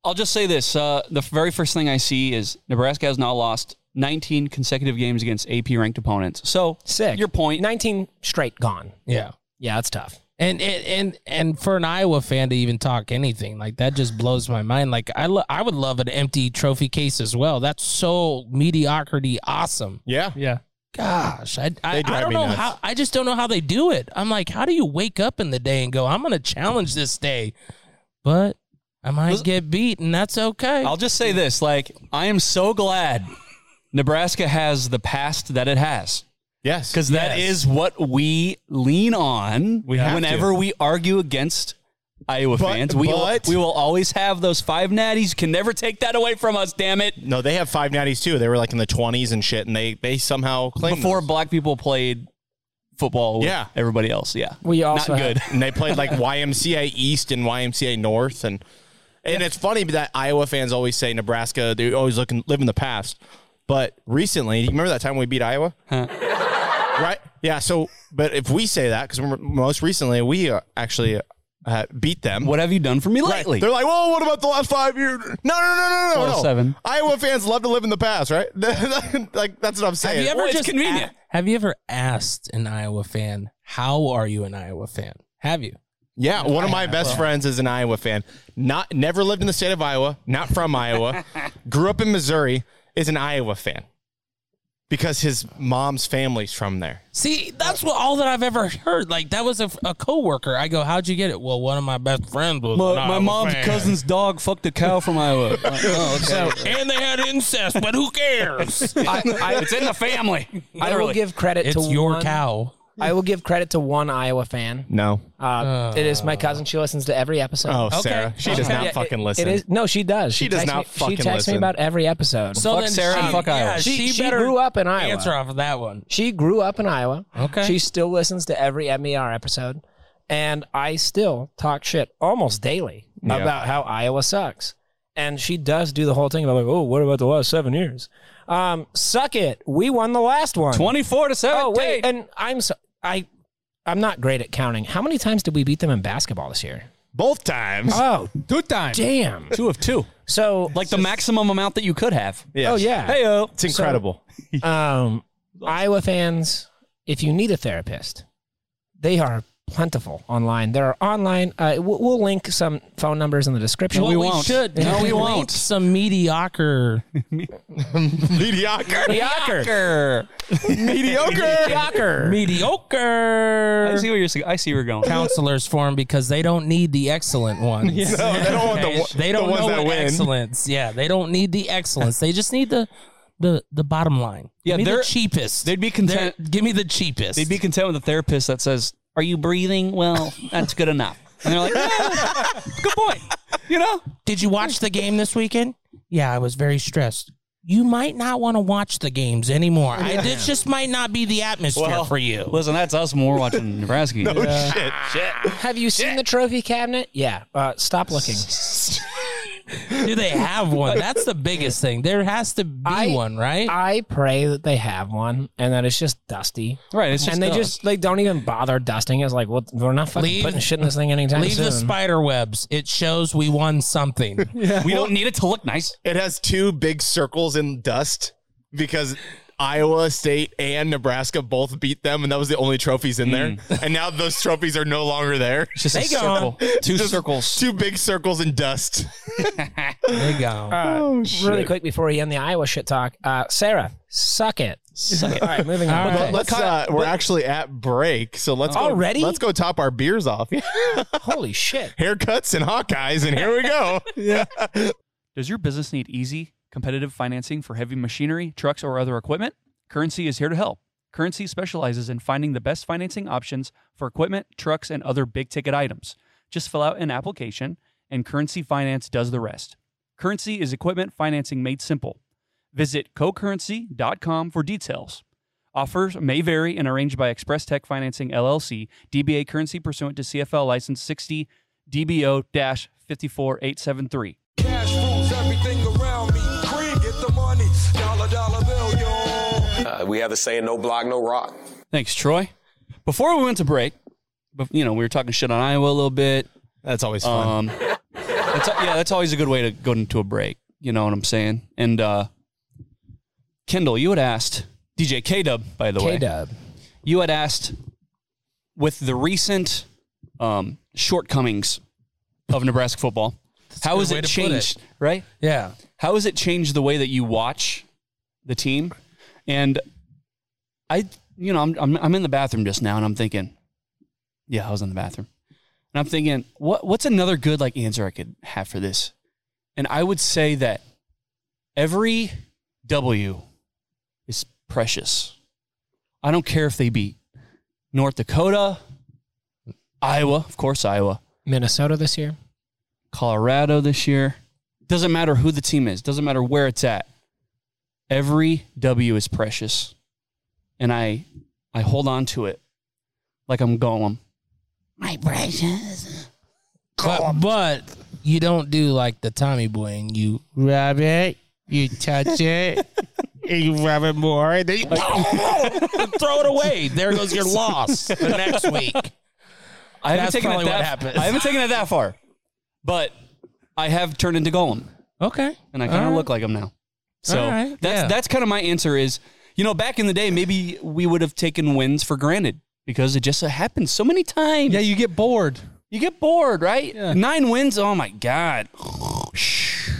S8: I'll just say this: uh, the very first thing I see is Nebraska has now lost 19 consecutive games against AP ranked opponents. So
S11: Sick.
S8: Your point:
S11: 19 straight gone.
S10: yeah.
S11: Yeah, that's tough.
S10: And, and and and for an Iowa fan to even talk anything like that just blows my mind. Like I lo- I would love an empty trophy case as well. That's so mediocrity awesome.
S4: Yeah.
S9: Yeah.
S10: Gosh, I I,
S9: They
S10: I
S9: drive
S10: don't
S9: me
S10: know
S9: nuts.
S10: how I just don't know how they do it. I'm like, how do you wake up in the day and go, I'm going to challenge this day, but I might get beat, and that's okay.
S8: I'll just say this: like I am so glad Nebraska has the past that it has.
S4: Yes,
S8: because that
S9: Yes.
S8: is what we lean on
S4: have
S8: whenever
S4: to.
S8: we argue against Iowa
S4: But-
S8: fans. We will,
S4: but-
S8: we will always have those five natties. You Can never take that away from us. Damn it!
S4: No, they have five natties too. They were like in the 20s and shit, and they, they somehow claimed
S8: Before black people played football, with
S4: Yeah.
S8: everybody else, yeah,
S11: We also
S8: not
S11: have-
S8: good.
S4: and they played like YMCA East and YMCA North, and and it's funny that Iowa fans always say Nebraska. They always look and live in the past, but recently, you remember that time we beat Iowa, right? Yeah. So, but if we say that because most recently we uh, actually uh, beat them.
S8: What have you done for me
S4: Right.
S8: lately?
S4: They're like, well, what about the last five years? No, no, no, no, no,
S8: Well,
S4: no.
S8: seven.
S4: Iowa fans love to live in the past, right? like that's what I'm saying.
S10: Have you ever
S8: Well, it's
S10: just
S8: convenient.
S10: a- have you ever asked an Iowa fan, "How are you an Iowa fan?" Have you?
S4: Yeah, one of my best friends is an Iowa fan. Not never lived in the state of Iowa, not from Iowa. grew up in Missouri, is an Iowa fan. Because his mom's family's from there.
S10: See, that's what all that I've ever heard. Like that was a, a coworker. I go, "How'd you get it?" Well, one of my best friends was.
S8: My,
S10: an
S8: my
S10: Iowa
S8: mom's
S10: fan.
S8: cousin's dog fucked a cow from Iowa. Like, oh, okay.
S10: So- and they had incest, but who cares?
S8: It's in the family.
S11: I will
S8: Literally.
S11: give credit
S10: It's
S11: to
S10: your
S11: one-
S10: cow.
S11: I will give credit to one Iowa fan.
S4: No.
S11: Uh, it is my cousin. She listens to every episode.
S4: Oh, Sarah, she does not
S11: Yeah, it-
S4: fucking
S11: it
S4: listen.
S11: is- no, she does.
S4: She does
S11: texts
S4: not
S11: me-
S4: fucking
S11: She texts
S4: listen.
S11: me about every episode.
S4: So
S11: fuck
S4: then
S11: Sarah
S4: she-
S11: and fuck Iowa.
S4: yeah,
S11: she,
S10: she
S11: she
S10: better
S11: grew up in Iowa.
S10: Answer off of that one.
S11: She grew up in Iowa.
S10: Okay.
S11: She still listens to every MER episode, and I still talk shit almost daily
S8: Yeah.
S11: about how Iowa sucks. And she does do the whole thing about like, oh, what about the last seven years? Um, suck it. We won the last one,
S8: twenty-four to seven.
S11: Oh wait, and I'm so I, I'm not great at counting. How many times did we beat them in basketball this year?
S4: Both times.
S11: Oh,
S9: two times.
S11: Damn.
S8: Two of two.
S11: So
S8: like the maximum amount that you could have.
S11: Oh yeah.
S8: Heyo.
S4: It's incredible.
S11: um, Iowa fans, if you need a therapist, they are plentiful online. There are online. Uh, we'll, we'll link some phone numbers in the description.
S10: Well, Should.
S11: Yeah.
S10: Link Some mediocre.
S4: Mediocre.
S11: Mediocre. Mediocre.
S10: Mediocre.
S8: I see where you're. I see where you're going.
S10: Counselors for them because they don't need the excellent ones.
S8: Yeah. No, they don't want the
S10: Okay?
S8: one-
S10: They
S8: the
S10: don't
S8: ones
S10: know
S8: that
S10: what
S8: win.
S10: excellence. Yeah, they don't need the excellence. They just need the the the bottom line.
S8: Yeah,
S10: give me
S8: they're-
S10: the cheapest.
S8: They'd be content.
S10: give me the cheapest.
S8: They'd be content with a therapist that says, "Are you breathing? Well, that's good enough." And they're like, "Yeah, "Good point." You know?
S10: Did you watch the game this weekend? Yeah, I was very stressed. You might not want to watch the games anymore. I, this just might not be the atmosphere for you.
S8: Listen, that's us when we're watching Nebraska.
S11: No
S8: Yeah.
S11: shit. Have you seen the trophy cabinet? Yeah. Uh, stop looking.
S10: Do they have one? That's the biggest thing. There has to be one, right?
S11: I pray that they have one and that it's just dusty.
S8: Right. It's
S11: and
S10: just
S11: they
S10: dust.
S11: just they don't even bother dusting. it. It's like, well, we're not fucking
S10: Leave-
S11: putting shit in this thing anytime
S10: Leave
S11: soon.
S10: the spider webs. It shows we won something.
S8: We don't need it to look nice.
S4: It has two big circles in dust because Iowa State and Nebraska both beat them, and that was the only trophies in there. And now those trophies are no longer there.
S8: just a They gone. circle. Two circles.
S4: Two big circles in dust.
S10: There you go.
S11: Uh, really
S4: shit.
S11: quick before we end the Iowa shit talk, uh, Sarah, suck it. Suck it. All right, moving on.
S4: But let's. Uh, we're actually at break, so let's go,
S11: Already?
S4: Let's go top our beers off.
S11: Holy shit!
S4: Haircuts and Hawkeyes, and here we go.
S8: yeah. Does your business need easy, competitive financing for heavy machinery, trucks, or other equipment? Currency is here to help. Currency specializes in finding the best financing options for equipment, trucks, and other big ticket items. Just fill out an application, and Currency Finance does the rest. Currency is equipment financing made simple. Visit cocurrency.com for details. Offers may vary and arranged by Express Tech Financing LLC, DBA currency pursuant to CFL license 60 DBO 54873.
S13: Cash rules everything around me. Green, get the money. Dollar, dollar bill, yo.
S3: Uh, we have the saying no block, no rock.
S8: Thanks, Troy. Before we went to break, bef- you know, we were talking shit on Iowa a little bit. Um,
S4: That's always fun.
S8: that's, yeah, that's always a good way to go into a break. You know what I'm saying? And uh, Kendall, you had asked DJ K Dub, by the way.
S11: K-Dub.
S8: You had asked with the recent um, shortcomings of Nebraska football,
S10: a
S8: how
S10: good
S8: has
S10: way
S8: it
S10: to put it.
S8: changed? Right?
S10: Yeah.
S8: How has it changed the way that you watch the team? And I, you know, I'm, I'm, I'm in the bathroom just now and I'm thinking, yeah, I was in the bathroom. And I'm thinking, what, what's another good like answer I could have for this? And I would say that every W is precious. I don't care if they beat North Dakota, Iowa, of course, Iowa,
S11: Minnesota this year.
S8: Colorado this year. Doesn't matter who the team is, doesn't matter where it's at. Every W is precious. And I I hold on to it like I'm Golem.
S10: My precious. But, but you don't do like the Tommy Boy and you rub it, you touch it, and you rub it more, and then you throw it away. There goes your loss the next week.
S8: I haven't
S10: That's
S8: taken it
S10: probably what
S8: that
S10: happens.
S8: I haven't taken it that far. But I have turned into Golem.
S10: Okay.
S8: And I kind of
S10: All right.
S8: look like him now. So
S10: All right,
S8: that's
S10: yeah.
S8: that's kind of my answer is, you know, back in the day, maybe we would have taken wins for granted because it just uh, happened so many times.
S9: Yeah, you get bored.
S8: You get bored, right? Nine wins. Oh my god.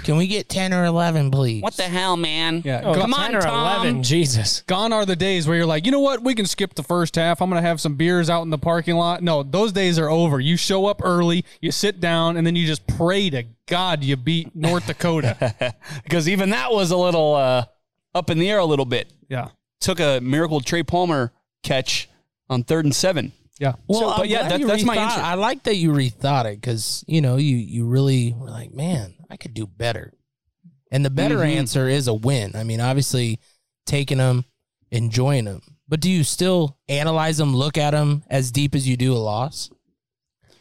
S10: Can we get ten or eleven, please?
S8: What the hell, man?
S9: Yeah,
S8: Oh,
S9: go-
S8: come on, Tom.
S11: Jesus.
S9: Gone are the days where you're like, you know what? We can skip the first half. I'm going to have some beers out in the parking lot. No, those days are over. You show up early, you sit down, and then you just pray to God you beat North Dakota.
S8: because even that was a little uh, up in the air a little bit.
S9: Yeah.
S8: Took a miracle Trey Palmer catch on third and seven.
S9: Yeah.
S10: Well, uh,
S8: but yeah, that, that's my answer.
S10: I like that you rethought it because you know you you really were like, man, I could do better. And the better
S8: Mhm.
S10: answer is a win. I mean, obviously, taking them, enjoying them. But do you still analyze them, look at them as deep as you do a loss?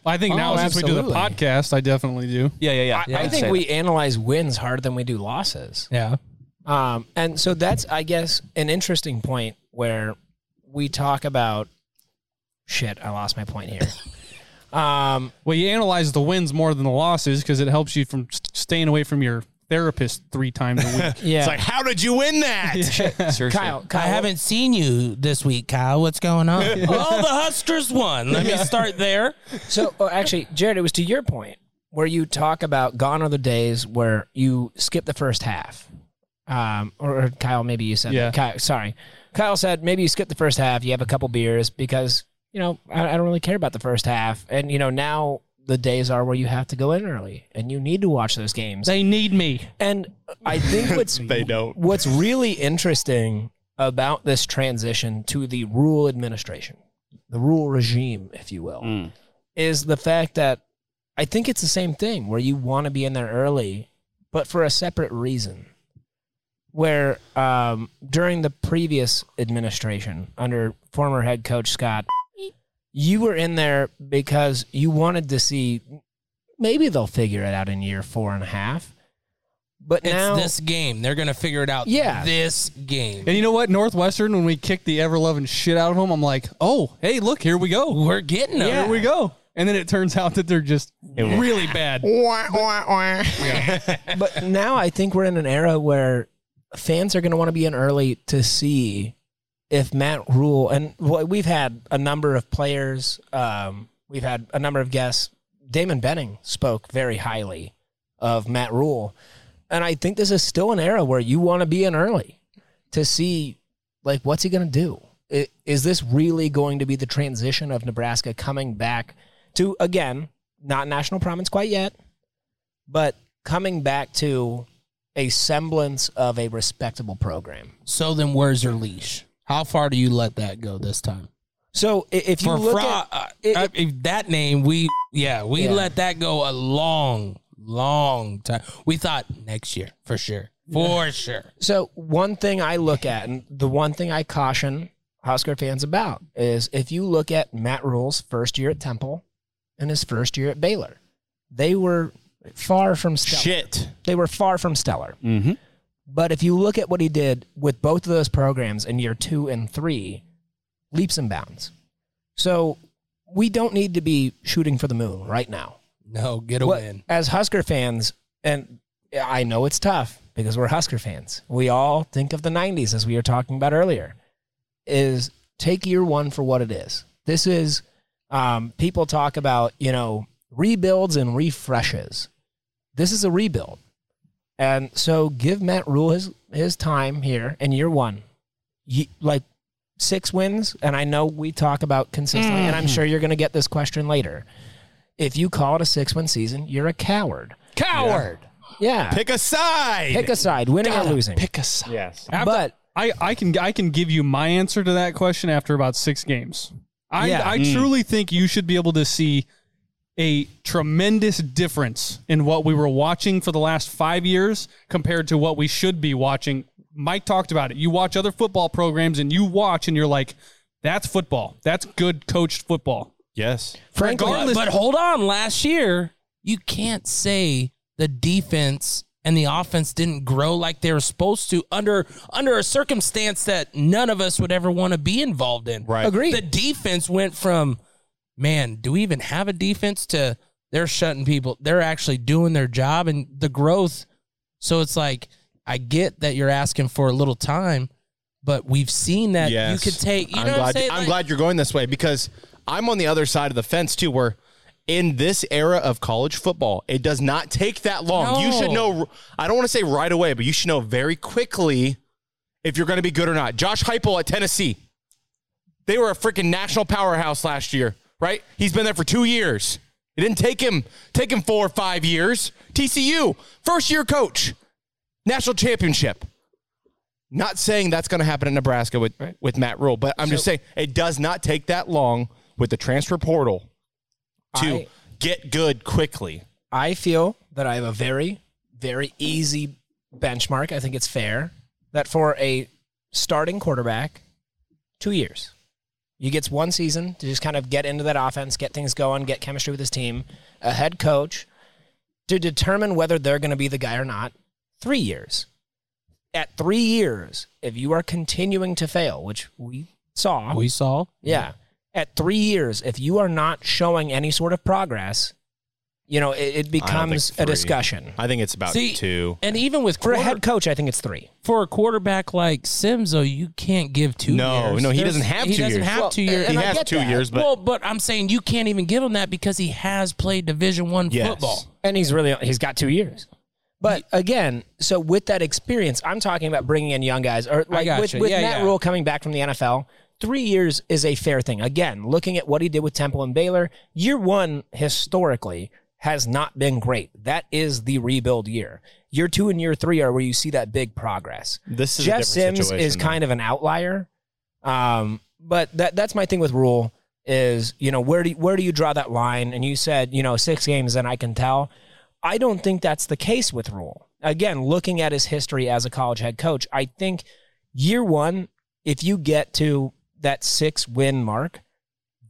S9: I think now since we do the podcast, I definitely do.
S8: Yeah, yeah, yeah.
S11: I think we analyze wins harder than we do losses.
S10: Yeah.
S11: Um, and so that's, I guess, an interesting point where we talk about shit. I lost my point here. Um,
S9: well, you analyze the wins more than the losses because it helps you from s- staying away from your therapist three times a week.
S11: Yeah.
S4: It's like, how did you win that?
S10: Kyle, I haven't seen you this week, Kyle. What's going on? oh, the Huskers won. Let me start there.
S11: So oh, actually, Jared, it was to your point where you talk about gone are the days where you skip the first half. Um, or, or Kyle, maybe you said
S9: Yeah.
S11: that. Kyle, sorry, Kyle said maybe you skip the first half. You have a couple beers because you know I, I don't really care about the first half, and you know now the days are where you have to go in early and you need to watch those games.
S9: They need me,
S11: and I think what's
S4: They don't.
S11: what's really interesting about this transition to the rural administration, the rural regime, if you will, is the fact that I think it's the same thing where you want to be in there early, but for a separate reason. Where um, during the previous administration, under former head coach Scott, you were in there because you wanted to see maybe they'll figure it out in year four and a half. But
S10: It's
S11: now
S10: this game. They're gonna figure it out.
S11: Yeah.
S10: this game.
S9: and you know what? Northwestern, when we kicked the ever loving shit out of them, I'm like, oh, hey, look, here we go.
S10: We're getting them.
S9: Here we go. And then it turns out that they're just
S4: was-
S9: really bad.
S11: but now I think we're in an era where fans are going to want to be in early to see if Matt Rule and well, we've had a number of players, um, we've had a number of guests. Damon Benning spoke very highly of Matt Rule, and I think this is still an era where you want to be in early to see like what's he going to do. I- Is this really going to be the transition of Nebraska coming back to again not national prominence quite yet? but coming back to a semblance of a respectable program.
S10: So then, where's your leash? How far do you let that go this time?
S11: So i- if you
S10: For
S11: look
S10: Fra-
S11: at
S10: uh, uh, if that name, we yeah, we
S11: Yeah.
S10: let that go a long, long time. We thought next year for sure, for sure.
S11: so one thing I look at and the one thing I caution Husker fans about is if you look at Matt Rule's first year at Temple and his first year at Baylor, they were far from stellar.
S4: Shit.
S11: They were far from stellar.
S8: Mm-hmm.
S11: But if you look at what he did with both of those programs in year two and three, leaps and bounds. So we don't need to be shooting for the moon right now.
S10: No, get a
S11: What-
S10: win.
S11: As Husker fans, and I know it's tough because we're Husker fans. We all think of the 90s as we were talking about earlier. Is take year one for what it is. This is um, people talk about you know rebuilds and refreshes. This is a rebuild, and so give Matt Rule his his time here in year one, Ye- like six wins. And I know we talk about consistently, and I'm sure you're going to get this question later. If you call it a six win season, you're a coward.
S10: Coward.
S11: Yeah.
S4: Pick a side.
S11: Pick a side, winning or losing.
S8: Pick a side.
S4: Yes.
S9: After-
S11: But
S9: I, I can I can give you my answer to that question after about six games. I
S11: Yeah.
S9: I
S11: Mm.
S9: truly think you should be able to see a tremendous difference in what we were watching for the last five years compared to what we should be watching. Mike talked about it. You watch other football programs and you watch and you're like, that's football. That's good coached football.
S4: Yes.
S11: Frankly,
S10: But, but hold on, last year you can't say the defense and the offense didn't grow like they were supposed to under under a circumstance that none of us would ever want to be involved in.
S4: Right.
S11: Agreed.
S10: The defense went from man, do we even have a defense to they're shutting people. They're actually doing their job and the growth. So it's like I get that you're asking for a little time, but we've seen that
S4: Yes.
S10: you could take. You
S4: I'm
S10: know
S4: glad,
S10: what I'm saying?
S4: I'm
S10: Like-
S4: glad you're going this way because I'm on the other side of the fence too, where in this era of college football, it does not take that long. You should know, I don't want to say right away, but you should know very quickly if you're going to be good or not. Josh Heupel at Tennessee, they were a freaking national powerhouse last year, right? He's been there for two years. It didn't take him take him four or five years. TCU, first year coach, national championship. Not saying that's going to happen in Nebraska with, with Matt Rule, but I'm just saying it does not take that long with the transfer portal to
S11: I-
S4: get good quickly.
S11: I feel that I have a very, very easy benchmark. I think it's fair that for a starting quarterback, two years. You gets one season to just kind of get into that offense, get things going, get chemistry with his team. A head coach to determine whether they're going to be the guy or not, three years. At three years, if you are continuing to fail, which we saw,
S10: We saw.
S11: yeah. At three years, if you are not showing any sort of progress, you know, it, it becomes a discussion.
S4: I think it's about
S10: See,
S4: two.
S10: And even with
S11: For a
S10: quarter-
S11: head coach, I think it's three.
S10: for a quarterback like Sims, though, you can't give two.
S4: No,
S10: years.
S4: no, he doesn't have
S10: he
S4: two
S10: doesn't
S4: years.
S10: have
S4: Well,
S10: two years.
S4: he
S10: and I
S4: has
S10: get
S4: two
S10: that.
S4: years, but-
S10: well, but I'm saying you can't even give him that because he has played Division One
S11: Yes.
S10: football.
S11: And he's really he's got two years. But again, so with that experience, I'm talking about bringing in young guys, or like with,
S10: gotcha.
S11: with
S10: Yeah,
S11: Matt
S10: yeah.
S11: Rule coming back from the NFL. Three years is a fair thing. Again, looking at what he did with Temple and Baylor, year one historically has not been great. That is the rebuild year. Year two and year three are where you see that big progress.
S4: This is a
S11: Jeff
S4: different
S11: Sims
S4: situation,
S11: is
S4: though.
S11: kind of an outlier. Um, but that that's my thing with Rule is you know where do you, where do you draw that line? And you said you know six games, and I can tell. I don't think that's the case with Rule. Again, looking at his history as a college head coach, I think year one, if you get to that six win mark,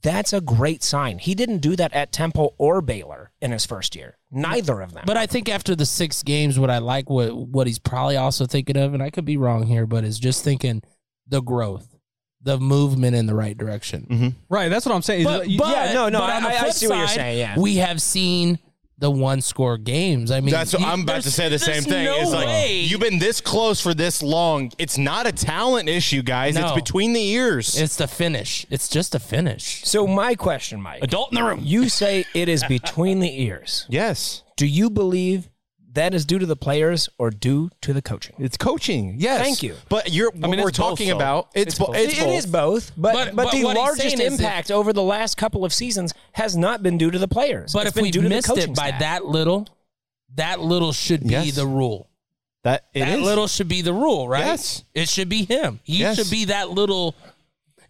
S11: that's a great sign. He didn't do that at Temple or Baylor in his first year. Neither of them.
S10: But I think after the six games, what I like, what what he's probably also thinking of, and I could be wrong here, but is just thinking the growth, the movement in the right direction.
S4: Mm-hmm.
S9: Right. That's what I'm saying.
S10: But, but
S11: Yeah, no, no,
S10: but
S11: I-
S10: on the
S11: I- I
S10: flip
S11: see what you're
S10: side,
S11: saying, yeah.
S10: we have seen the one score games. I mean,
S4: That's what
S10: you-
S4: I'm about
S10: there's-
S4: to say. The same
S10: there's
S4: thing.
S10: No
S4: it's like
S10: way.
S4: you've been this close for this long. It's not a talent issue, guys. It's
S10: No.
S4: between the ears.
S10: It's the finish. It's just a finish.
S11: So my question, Mike,
S10: Adult in the room.
S11: you say it is between the ears.
S4: yes,
S11: Do you believe that is due to the players or due to the coaching?
S4: it's coaching. Yes,
S11: Thank you.
S4: But you're what
S9: mean, it's
S4: we're
S9: both,
S4: talking
S9: though.
S4: about. It's bo-
S11: It-
S4: it's
S11: it is both, but
S10: But-
S11: but,
S10: but
S11: the
S10: what he's
S11: largest
S10: saying is
S11: impact over the last couple of seasons has not been due to the players.
S10: But
S11: It's
S10: if
S11: been
S10: we
S11: due to the
S10: missed
S11: coaching
S10: it by
S11: staff.
S10: that little, that little should be
S4: Yes.
S10: the rule.
S4: That it
S10: That
S4: is.
S10: little should be the rule, right?
S4: Yes.
S10: It should be him. He
S4: Yes.
S10: should be that little.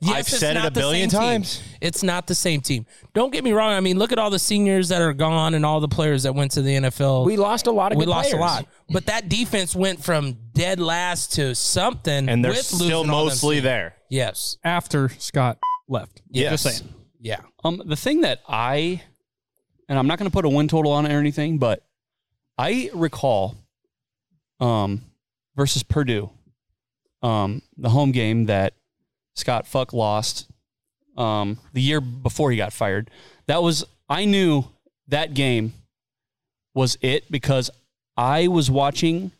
S10: Yes,
S4: I've
S10: it's
S4: said it
S10: not
S4: a
S10: the
S4: billion
S10: same team.
S4: times.
S10: It's not the same team. Don't get me wrong. I mean, look at all the seniors that are gone and all the players that went to the NFL.
S11: we lost a lot of
S10: we
S11: good
S10: lost a
S11: players.
S10: lot. But that defense went from dead last to something.
S4: and they're
S10: with
S4: still
S10: losing all them
S4: mostly
S10: seniors.
S4: there.
S10: Yes.
S9: after Scott left.
S4: Yes.
S9: Just saying.
S10: Yeah.
S8: Um, the thing that I, and I'm not going to put a win total on it or anything, but I recall, um, versus Purdue, um, the home game that Scott Fuck lost, um, the year before he got fired. That was I knew that game was it because I was watching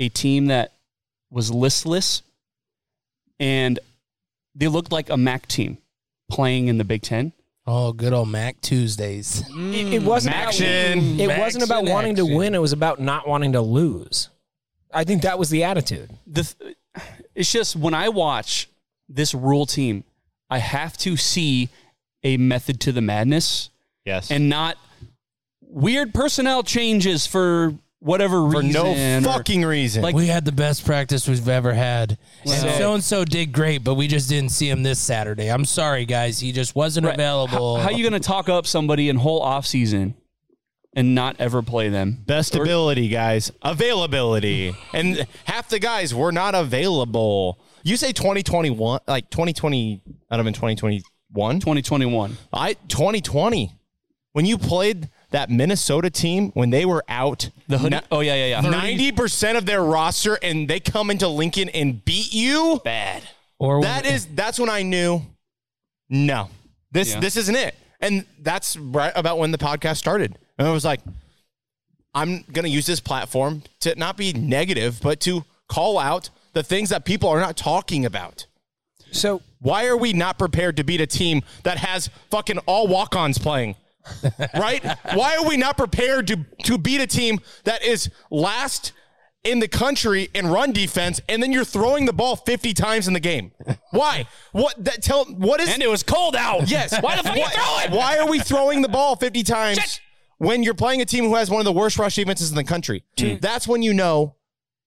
S8: a team that was listless and they looked like a MAC team playing in the Big Ten.
S10: Oh, good old Mac Tuesdays.
S11: It, it wasn't
S4: Maction.
S11: About, it wasn't about
S10: Max in
S11: wanting to
S10: action.
S11: win. It was about not wanting to lose. I think that was the attitude.
S8: the th- it's just when I watch this rule team, I have to see a method to the madness
S4: Yes.
S8: and not weird personnel changes for whatever
S4: for
S8: reason.
S4: no
S8: or-
S4: fucking reason.
S8: Like-
S10: we had the best practice we've ever had.
S8: So-
S10: So and so did great, but we just didn't see him this Saturday. I'm sorry, guys. He just wasn't
S8: Right.
S10: available.
S8: How, how you going to talk up somebody in whole off season and not ever play them?
S4: Best ability, guys. Availability. And half the guys were not available. You say 2021, like 2020, out of in 2021?
S8: 2021.
S4: I 2020. When you played that Minnesota team, when they were out
S8: The hoodie. oh yeah, yeah, yeah.
S4: 90% of their roster and they come into Lincoln and beat you,
S8: bad.
S10: or
S4: that is that's when I knew no. This
S8: Yeah.
S4: this isn't it. And that's right about when the podcast started. And I was like I'm going to use this platform to not be negative, but to call out the things that people are not talking about.
S11: So
S4: Why are we not prepared to beat a team that has fucking all walk-ons playing? right? Why are we not prepared to to beat a team that is last in the country in run defense, and then you're throwing the ball 50 times in the game? Why? What that tell? What is?
S8: And it was cold out.
S4: Yes.
S8: Why the fuck are you throwing?
S4: Why are we throwing the ball 50 times when you're playing a team who has one of the worst rush defenses in the country? That's when you know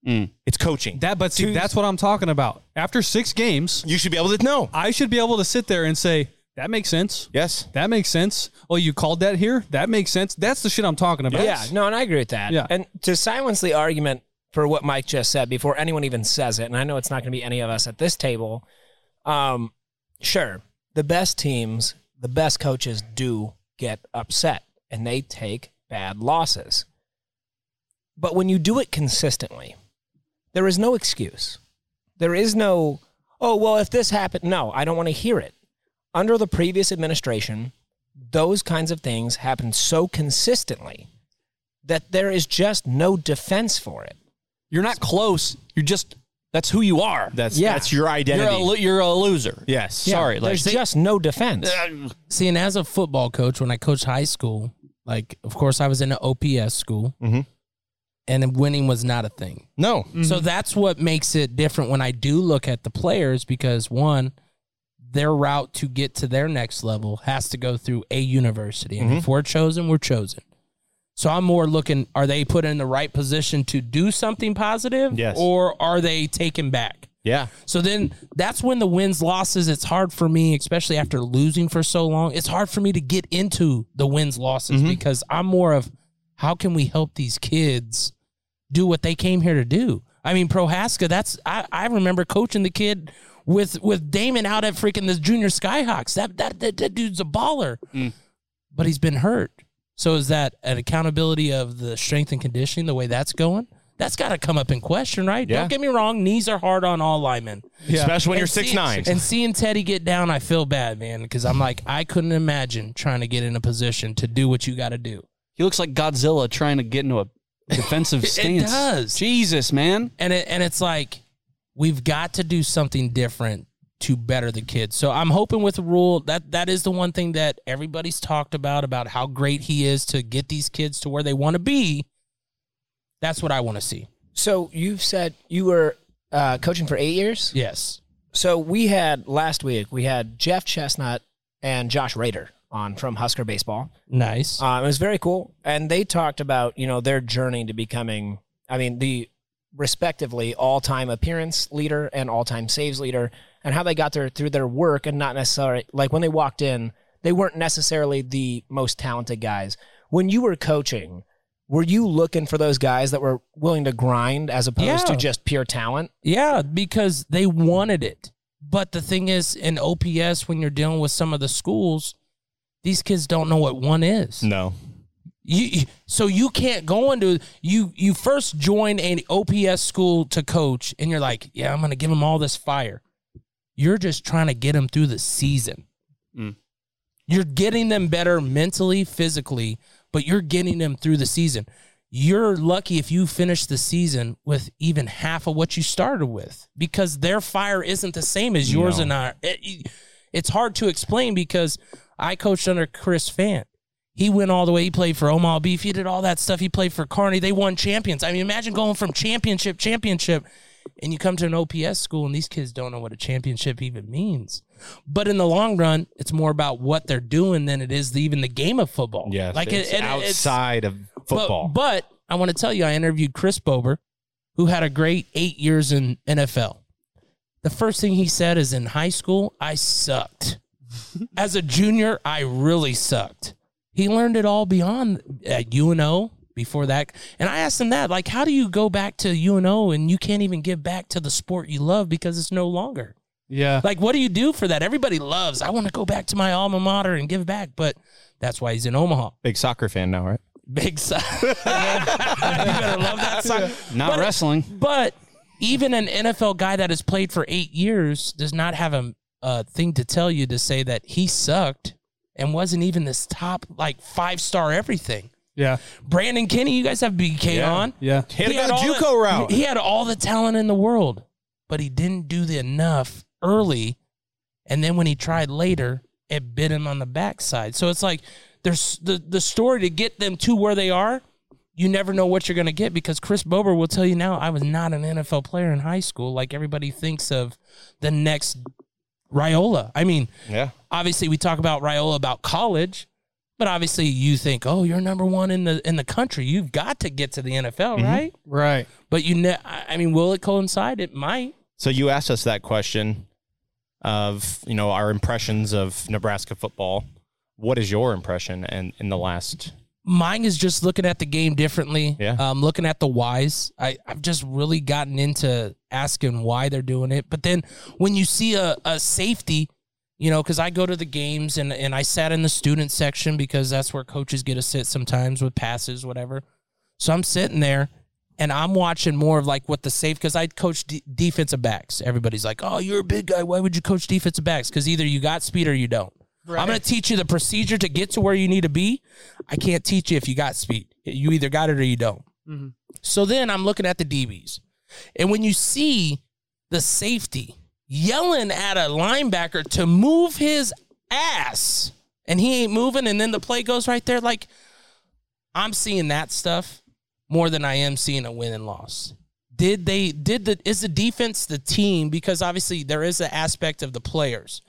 S8: Mm.
S4: it's coaching.
S9: That, but see, that's what I'm talking about. After six games,
S4: you should be able to know.
S9: I should be able to sit there and say that makes sense.
S4: Yes,
S9: that makes sense. Oh, you called that here. That makes sense. That's the shit I'm talking about.
S11: Yeah, no, and I agree with that.
S9: Yeah.
S11: And to silence the argument for what Mike just said before anyone even says it, and I know it's not going to be any of us at this table, um, sure, the best teams, the best coaches do get upset and they take bad losses. But when you do it consistently, there is no excuse. There is no, oh, well, if this happened, no, I don't want to hear it. Under the previous administration, those kinds of things happened so consistently that there is just no defense for it.
S8: You're not close. You're just that's who you are.
S4: That's
S11: Yeah.
S4: that's your identity.
S8: You're a, lo- you're a loser.
S4: yes.
S10: Yeah,
S8: Sorry, like
S11: There's just no defense.
S10: See, and as a football coach, when I coached high school, like, of course, I was in an OPS school,
S8: Mm-hmm.
S10: and then winning was not a thing.
S4: No.
S10: So that's what makes it different when I do look at the players because one, their route to get to their next level has to go through a university. And if we're chosen, we're chosen. So I'm more looking are they put in the right position to do something positive?
S4: Yes.
S10: Or are they taken back?
S4: Yeah.
S10: So then that's when the wins, losses, it's hard for me, especially after losing for so long, it's hard for me to get into the wins, losses because I'm more of how can we help these kids do what they came here to do? I mean, Prohaska, that's I, I remember coaching the kid with with Damon out at freaking the junior skyhawks. That that that, that dude's a baller.
S4: Mm.
S10: But he's been hurt. So is that an accountability of the strength and conditioning, the way that's going? That's got to come up in question, right?
S4: Yeah.
S10: Don't get me wrong. Knees are hard on all linemen.
S4: Especially when you're
S10: And see-
S4: six nine.
S10: And seeing Teddy get down, I feel bad, man, because I'm like, I couldn't imagine trying to get in a position to do what you got to do.
S8: He looks like Godzilla trying to get into a defensive stance.
S10: does.
S8: Jesus, man.
S10: And it, and it's like, we've got to do something different to better the kids. So I'm hoping with the rule that that is the one thing that everybody's talked about about how great he is to get these kids to where they want to be. That's what I want to see.
S11: So you've said you were uh, coaching for eight years.
S10: Yes.
S11: So we had last week we had Jeff Chestnut and Josh Rader on from Husker Baseball.
S10: Nice.
S11: Um, it was very cool, and they talked about you know their journey to becoming. I mean, the respectively all-time appearance leader and all-time saves leader, and how they got there through their work and not necessarily like when they walked in, they weren't necessarily the most talented guys. When you were coaching, were you looking for those guys that were willing to grind as opposed to
S10: Yeah.
S11: just pure talent?
S10: Yeah, because they wanted it. But the thing is, in OPS, when you're dealing with some of the schools, these kids don't know what one is.
S4: No.
S10: You you- so you can't go into you. You first join an OPS school to coach, and you're like, yeah, I'm gonna give them all this fire. You're just trying to get them through the season. You're getting them better mentally, physically, but you're getting them through the season. You're lucky if you finish the season with even half of what you started with because their fire isn't the same as yours
S14: No.
S10: and our. it- it's hard to explain because I coached under Chris Fant. He went all the way. He played for Omaha Beef. He did all that stuff. He played for Carney. They won champions. I mean, imagine going from championship, championship, and you come to an OPS school and these kids don't know what a championship even means. But in the long run, it's more about what they're doing than it is the, even the game of football.
S4: Yes.
S10: like
S4: it's
S10: it, it- it's-
S4: outside of football.
S10: But, but I want to tell you, I interviewed Chris Bober, who had a great eight years in NFL. The first thing he said is in high school, I sucked. As a junior, I really sucked. He learned it all beyond at UNO before that. And I asked him that, like, how do you go back to UNO and you can't even give back to the sport you love because it's no longer?
S9: Yeah.
S10: Like, what do you do for that? Everybody loves, I want to go back to my alma mater and give back, but that's why he's in Omaha.
S4: Big soccer fan now, right?
S10: Big side. you better love that side.
S8: Not wrestling.
S10: But even an NFL guy that has played for eight years does not have a, a thing to tell you to say that he sucked and wasn't even this top like five star everything.
S9: Yeah.
S10: Brandon Kenny, you guys have BK
S9: Yeah,
S10: on.
S9: yeah. Hit him that
S10: all
S9: JUCO
S10: the,
S9: route.
S10: He had all the talent in the world, but he didn't do the enough early. And then when he tried later, it bit him on the backside. So it's like There's the the story to get them to where they are. You never know what you're going to get because Chris Bober will tell you now. I was not an NFL player in high school, like everybody thinks of the next Riola. I mean,
S4: yeah.
S10: Obviously, we talk about Riola about college, but obviously, you think, oh, you're number one in the in the country. You've got to get to the NFL,
S9: Mm-hmm.
S10: right?
S9: Right.
S10: But you, ne- I I mean, will it coincide? It might.
S4: So you asked us that question of you know our impressions of Nebraska football. What is your impression and in the last?
S10: Mine is just looking at the game differently.
S4: Yeah.
S10: Um, looking at the whys. I, I've just really gotten into asking why they're doing it. But then when you see a, a safety, you know, because I go to the games and, and I sat in the student section because that's where coaches get to sit sometimes with passes, whatever. So I'm sitting there and I'm watching more of like what the safe, because I coach d- defensive backs. Everybody's like, oh, you're a big guy. Why would you coach defensive backs? Because either you got speed or you don't. I'm going to teach you the procedure to get to where you need to be. I can't teach you if you got speed. You either got it or you don't. So then I'm looking at the DBs. And when you see the safety yelling at a linebacker to move his ass and he ain't moving, and then the play goes right there, like I'm seeing that stuff more than I am seeing a win and loss. Did they did the is the defense the team because obviously there is an aspect of the players.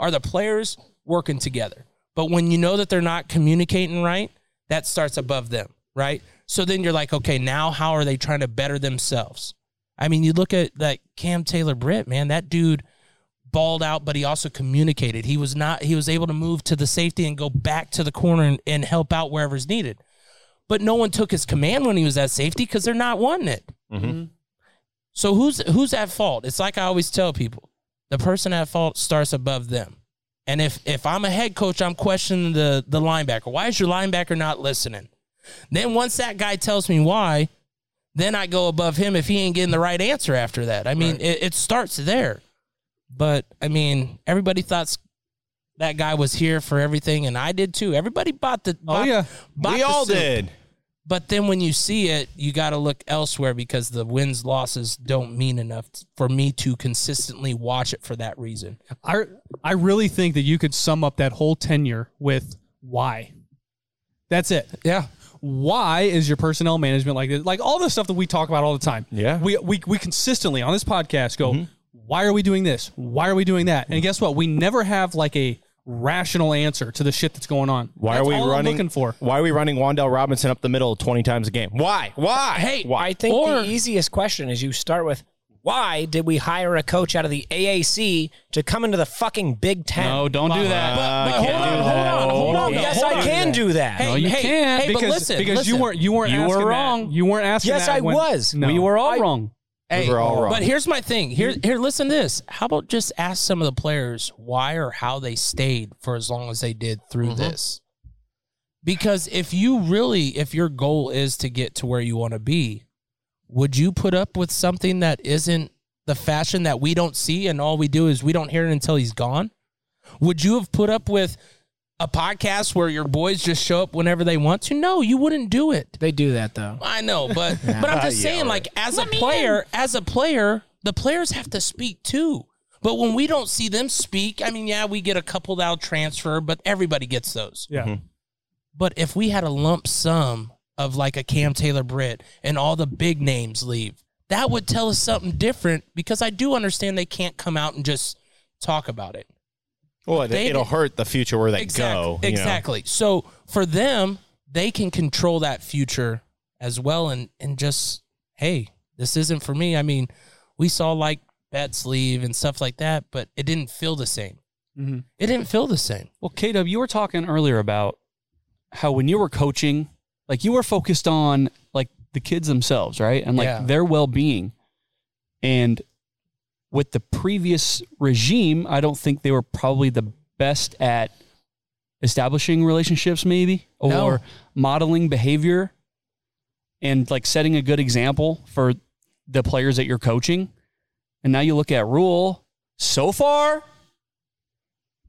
S10: Are the players working together? But when you know that they're not communicating right, that starts above them, right? So then you're like, okay, now how are they trying to better themselves? I mean, you look at like Cam Taylor Britt, man, that dude balled out, but he also communicated. He was not he was able to move to the safety and go back to the corner and, and help out wherever's needed. But no one took his command when he was at safety because they're not wanting it.
S4: Mm-hmm.
S10: So who's who's at fault? It's like I always tell people, the person at fault starts above them. And if if I'm a head coach, I'm questioning the the linebacker. Why is your linebacker not listening? Then once that guy tells me why, then I go above him if he ain't getting the right answer after that. I mean, it, it starts there. But I mean, everybody thought that guy was here for everything, and I did too. Everybody bought the. Oh
S9: yeah,
S4: We all did.
S10: But then when you see it, you got to look elsewhere because the wins losses don't mean enough t- for me to consistently watch it for that reason.
S9: I I really think that you could sum up that whole tenure with why. That's it.
S10: Yeah.
S9: Why is your personnel management like this? Like all the stuff that we talk about all the time.
S4: Yeah.
S9: We we we consistently on this podcast go, why are we doing this? Why are we doing that? And guess what? We never have like a rational answer to the shit that's going on.
S4: Why
S9: That's
S4: are we
S9: all I'm
S4: running?
S9: looking for?
S4: Why are we running Wandell Robinson up the middle twenty times a game? Why? Why?
S11: Hey,
S4: why?
S11: I think the easiest question is you start with why did we hire a coach out of the AAC to come into the fucking Big Ten?
S8: No, don't do that.
S11: But, but
S8: You
S11: hold
S8: can't
S11: on,
S8: do
S11: hold
S8: that.
S11: on, hold on.
S8: You
S11: Yes,
S8: can't
S11: I
S8: do
S11: can
S8: that.
S11: do that.
S9: no, you can't because, because you weren't you weren't
S8: You were
S9: asking that.
S8: wrong.
S9: You weren't asking.
S11: Yes,
S9: that
S11: I
S9: when-
S11: was.
S9: No.
S8: We were all wrong.
S10: Hey,
S4: were all wrong.
S10: But here's my thing. Here, here. Listen to this. How about just ask some of the players why or how they stayed for as long as they did through
S4: Mm-hmm.
S10: this? Because if you really, if your goal is to get to where you want to be, would you put up with something that isn't the fashion that we don't see and all we do is we don't hear it until he's gone? Would you have put up with a podcast where your boys just show up whenever they want to? No, you wouldn't do it.
S11: They do that though.
S10: I know, but but I'm just
S11: Yeah,
S10: saying,
S11: right.
S10: like as a player, as a player, the players have to speak too. But when we don't see them speak, I mean, yeah, we get a couple that'll transfer, but everybody gets those.
S9: Yeah.
S10: But if we had a lump sum of like a Cam Taylor Britt and all the big names leave, that would tell us something different because I do understand they can't come out and just talk about it.
S4: Well, it,
S10: They-
S4: it'll hurt the future where they
S10: Exact-
S4: go. you know?
S10: Exactly. So for them, they can control that future as well, and and just hey, this isn't for me. I mean, we saw like Betts leave and stuff like that, but it didn't feel the same.
S4: Mm-hmm.
S9: Mhm.
S10: It didn't feel the same.
S8: Well, KW, you were talking earlier about how when you were coaching, like you were focused on like the kids themselves, right? And like
S10: Yeah.
S8: their well being. And with the previous regime, I don't think they were probably the best at establishing relationships, maybe, or
S10: No.
S8: modeling behavior and like setting a good example for the players that you're coaching. And now you look at Rule so far,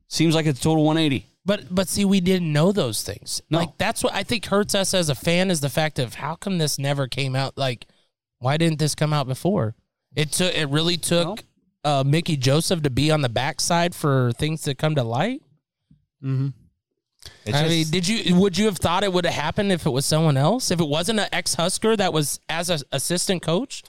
S8: seems like it's a total 180.
S10: But but see, we didn't know those things.
S8: No.
S10: Like that's what I think hurts us as a fan is the fact of how come this never came out. Like, why didn't this come out before? It took. It really took uh, Mickey Joseph to be on the backside for things to come to light.
S9: Mm-hmm.
S10: I mean, did you would you have thought it would have happened if it was someone else? If it wasn't an ex Husker that was as an assistant coach?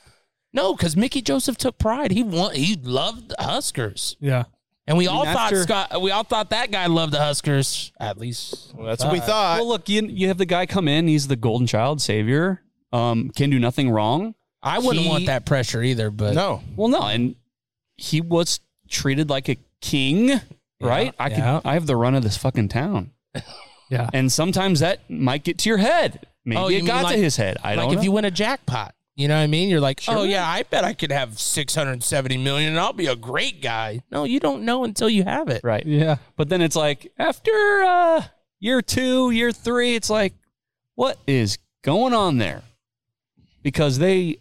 S10: No, because Mickey Joseph took pride. He won. He loved the Huskers,
S9: Yeah.
S10: and we
S9: I
S10: all
S9: mean,
S10: thought
S9: after-
S10: Scott. We all thought that guy loved the Huskers. At least
S8: that's
S10: what we thought.
S8: Well, look, you, you have the guy come in. He's the golden child savior. Um, can do nothing wrong.
S10: I wouldn't want that pressure either. But
S4: no.
S8: Well, no, and he was treated like a king, right? I
S10: yeah.
S8: could. I have the run of this fucking town.
S9: Yeah.
S8: And sometimes that might get to your head. Maybe
S10: Oh, you
S8: it
S10: mean
S8: got
S10: like-
S8: to his head. I
S10: like
S8: don't.
S10: if
S8: know.
S10: you win a jackpot, you know what I mean? You're like,
S8: Sure.
S10: oh yeah, I bet I could have 670 million, and I'll be a great guy. No, you don't know until you have it.
S8: Right.
S9: Yeah.
S8: But then it's like after uh, year two, year three, it's like, what is going on there? Because they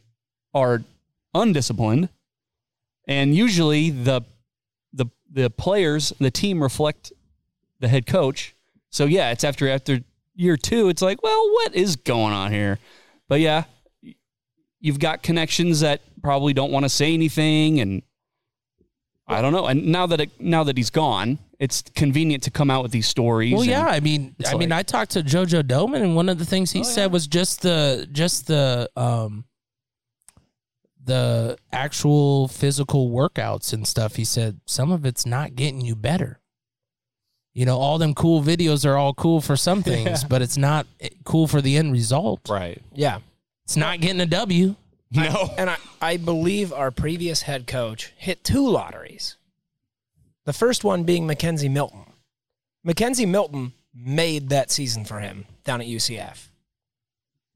S8: are undisciplined, and usually the the the players, the team reflect the head coach. So yeah, it's after after year two, it's like, well, what is going on here? But yeah, you've got connections that probably don't want to say anything and I don't know. And now that it, now that he's gone, it's convenient to come out with these stories.
S10: Well,
S8: and-
S10: yeah, I mean,
S8: it's
S10: I mean, I talked to JoJo Doman, and one of the things he said was just the just the um the actual physical workouts and stuff. He said some of it's not getting you better. You know, all them cool videos are all cool for some things,
S11: Yeah.
S10: but it's not cool for the end result.
S4: Right.
S11: Yeah.
S10: It's not getting a W.
S11: No. and I, I believe our previous head coach hit two lotteries. The first one being Mackenzie Milton. Mackenzie Milton made that season for him down at UCF.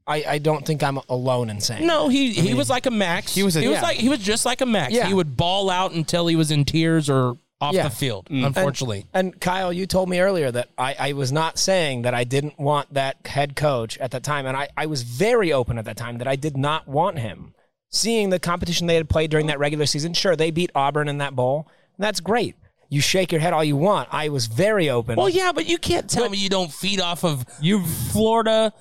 S11: I, I don't think I'm alone in saying
S10: No, he
S11: I
S10: he
S11: mean-
S10: was like a Max.
S11: He was a-
S10: he was
S11: yeah.
S10: like he was just like a Max.
S11: Yeah.
S10: He would ball out until he was in tears or off
S11: Yeah.
S10: the field.
S11: Mm.
S10: Unfortunately,
S11: And, and Kyle, you told me earlier that I, I was not saying that I didn't want that head coach at that time. And I, I was very open at that time that I did not want him. Seeing the competition they had played during that regular season, sure, they beat Auburn in that bowl. And that's great. You shake your head all you want. I was very open.
S10: Well, Oh, yeah, but you can't tell me you don't feed off of you Florida.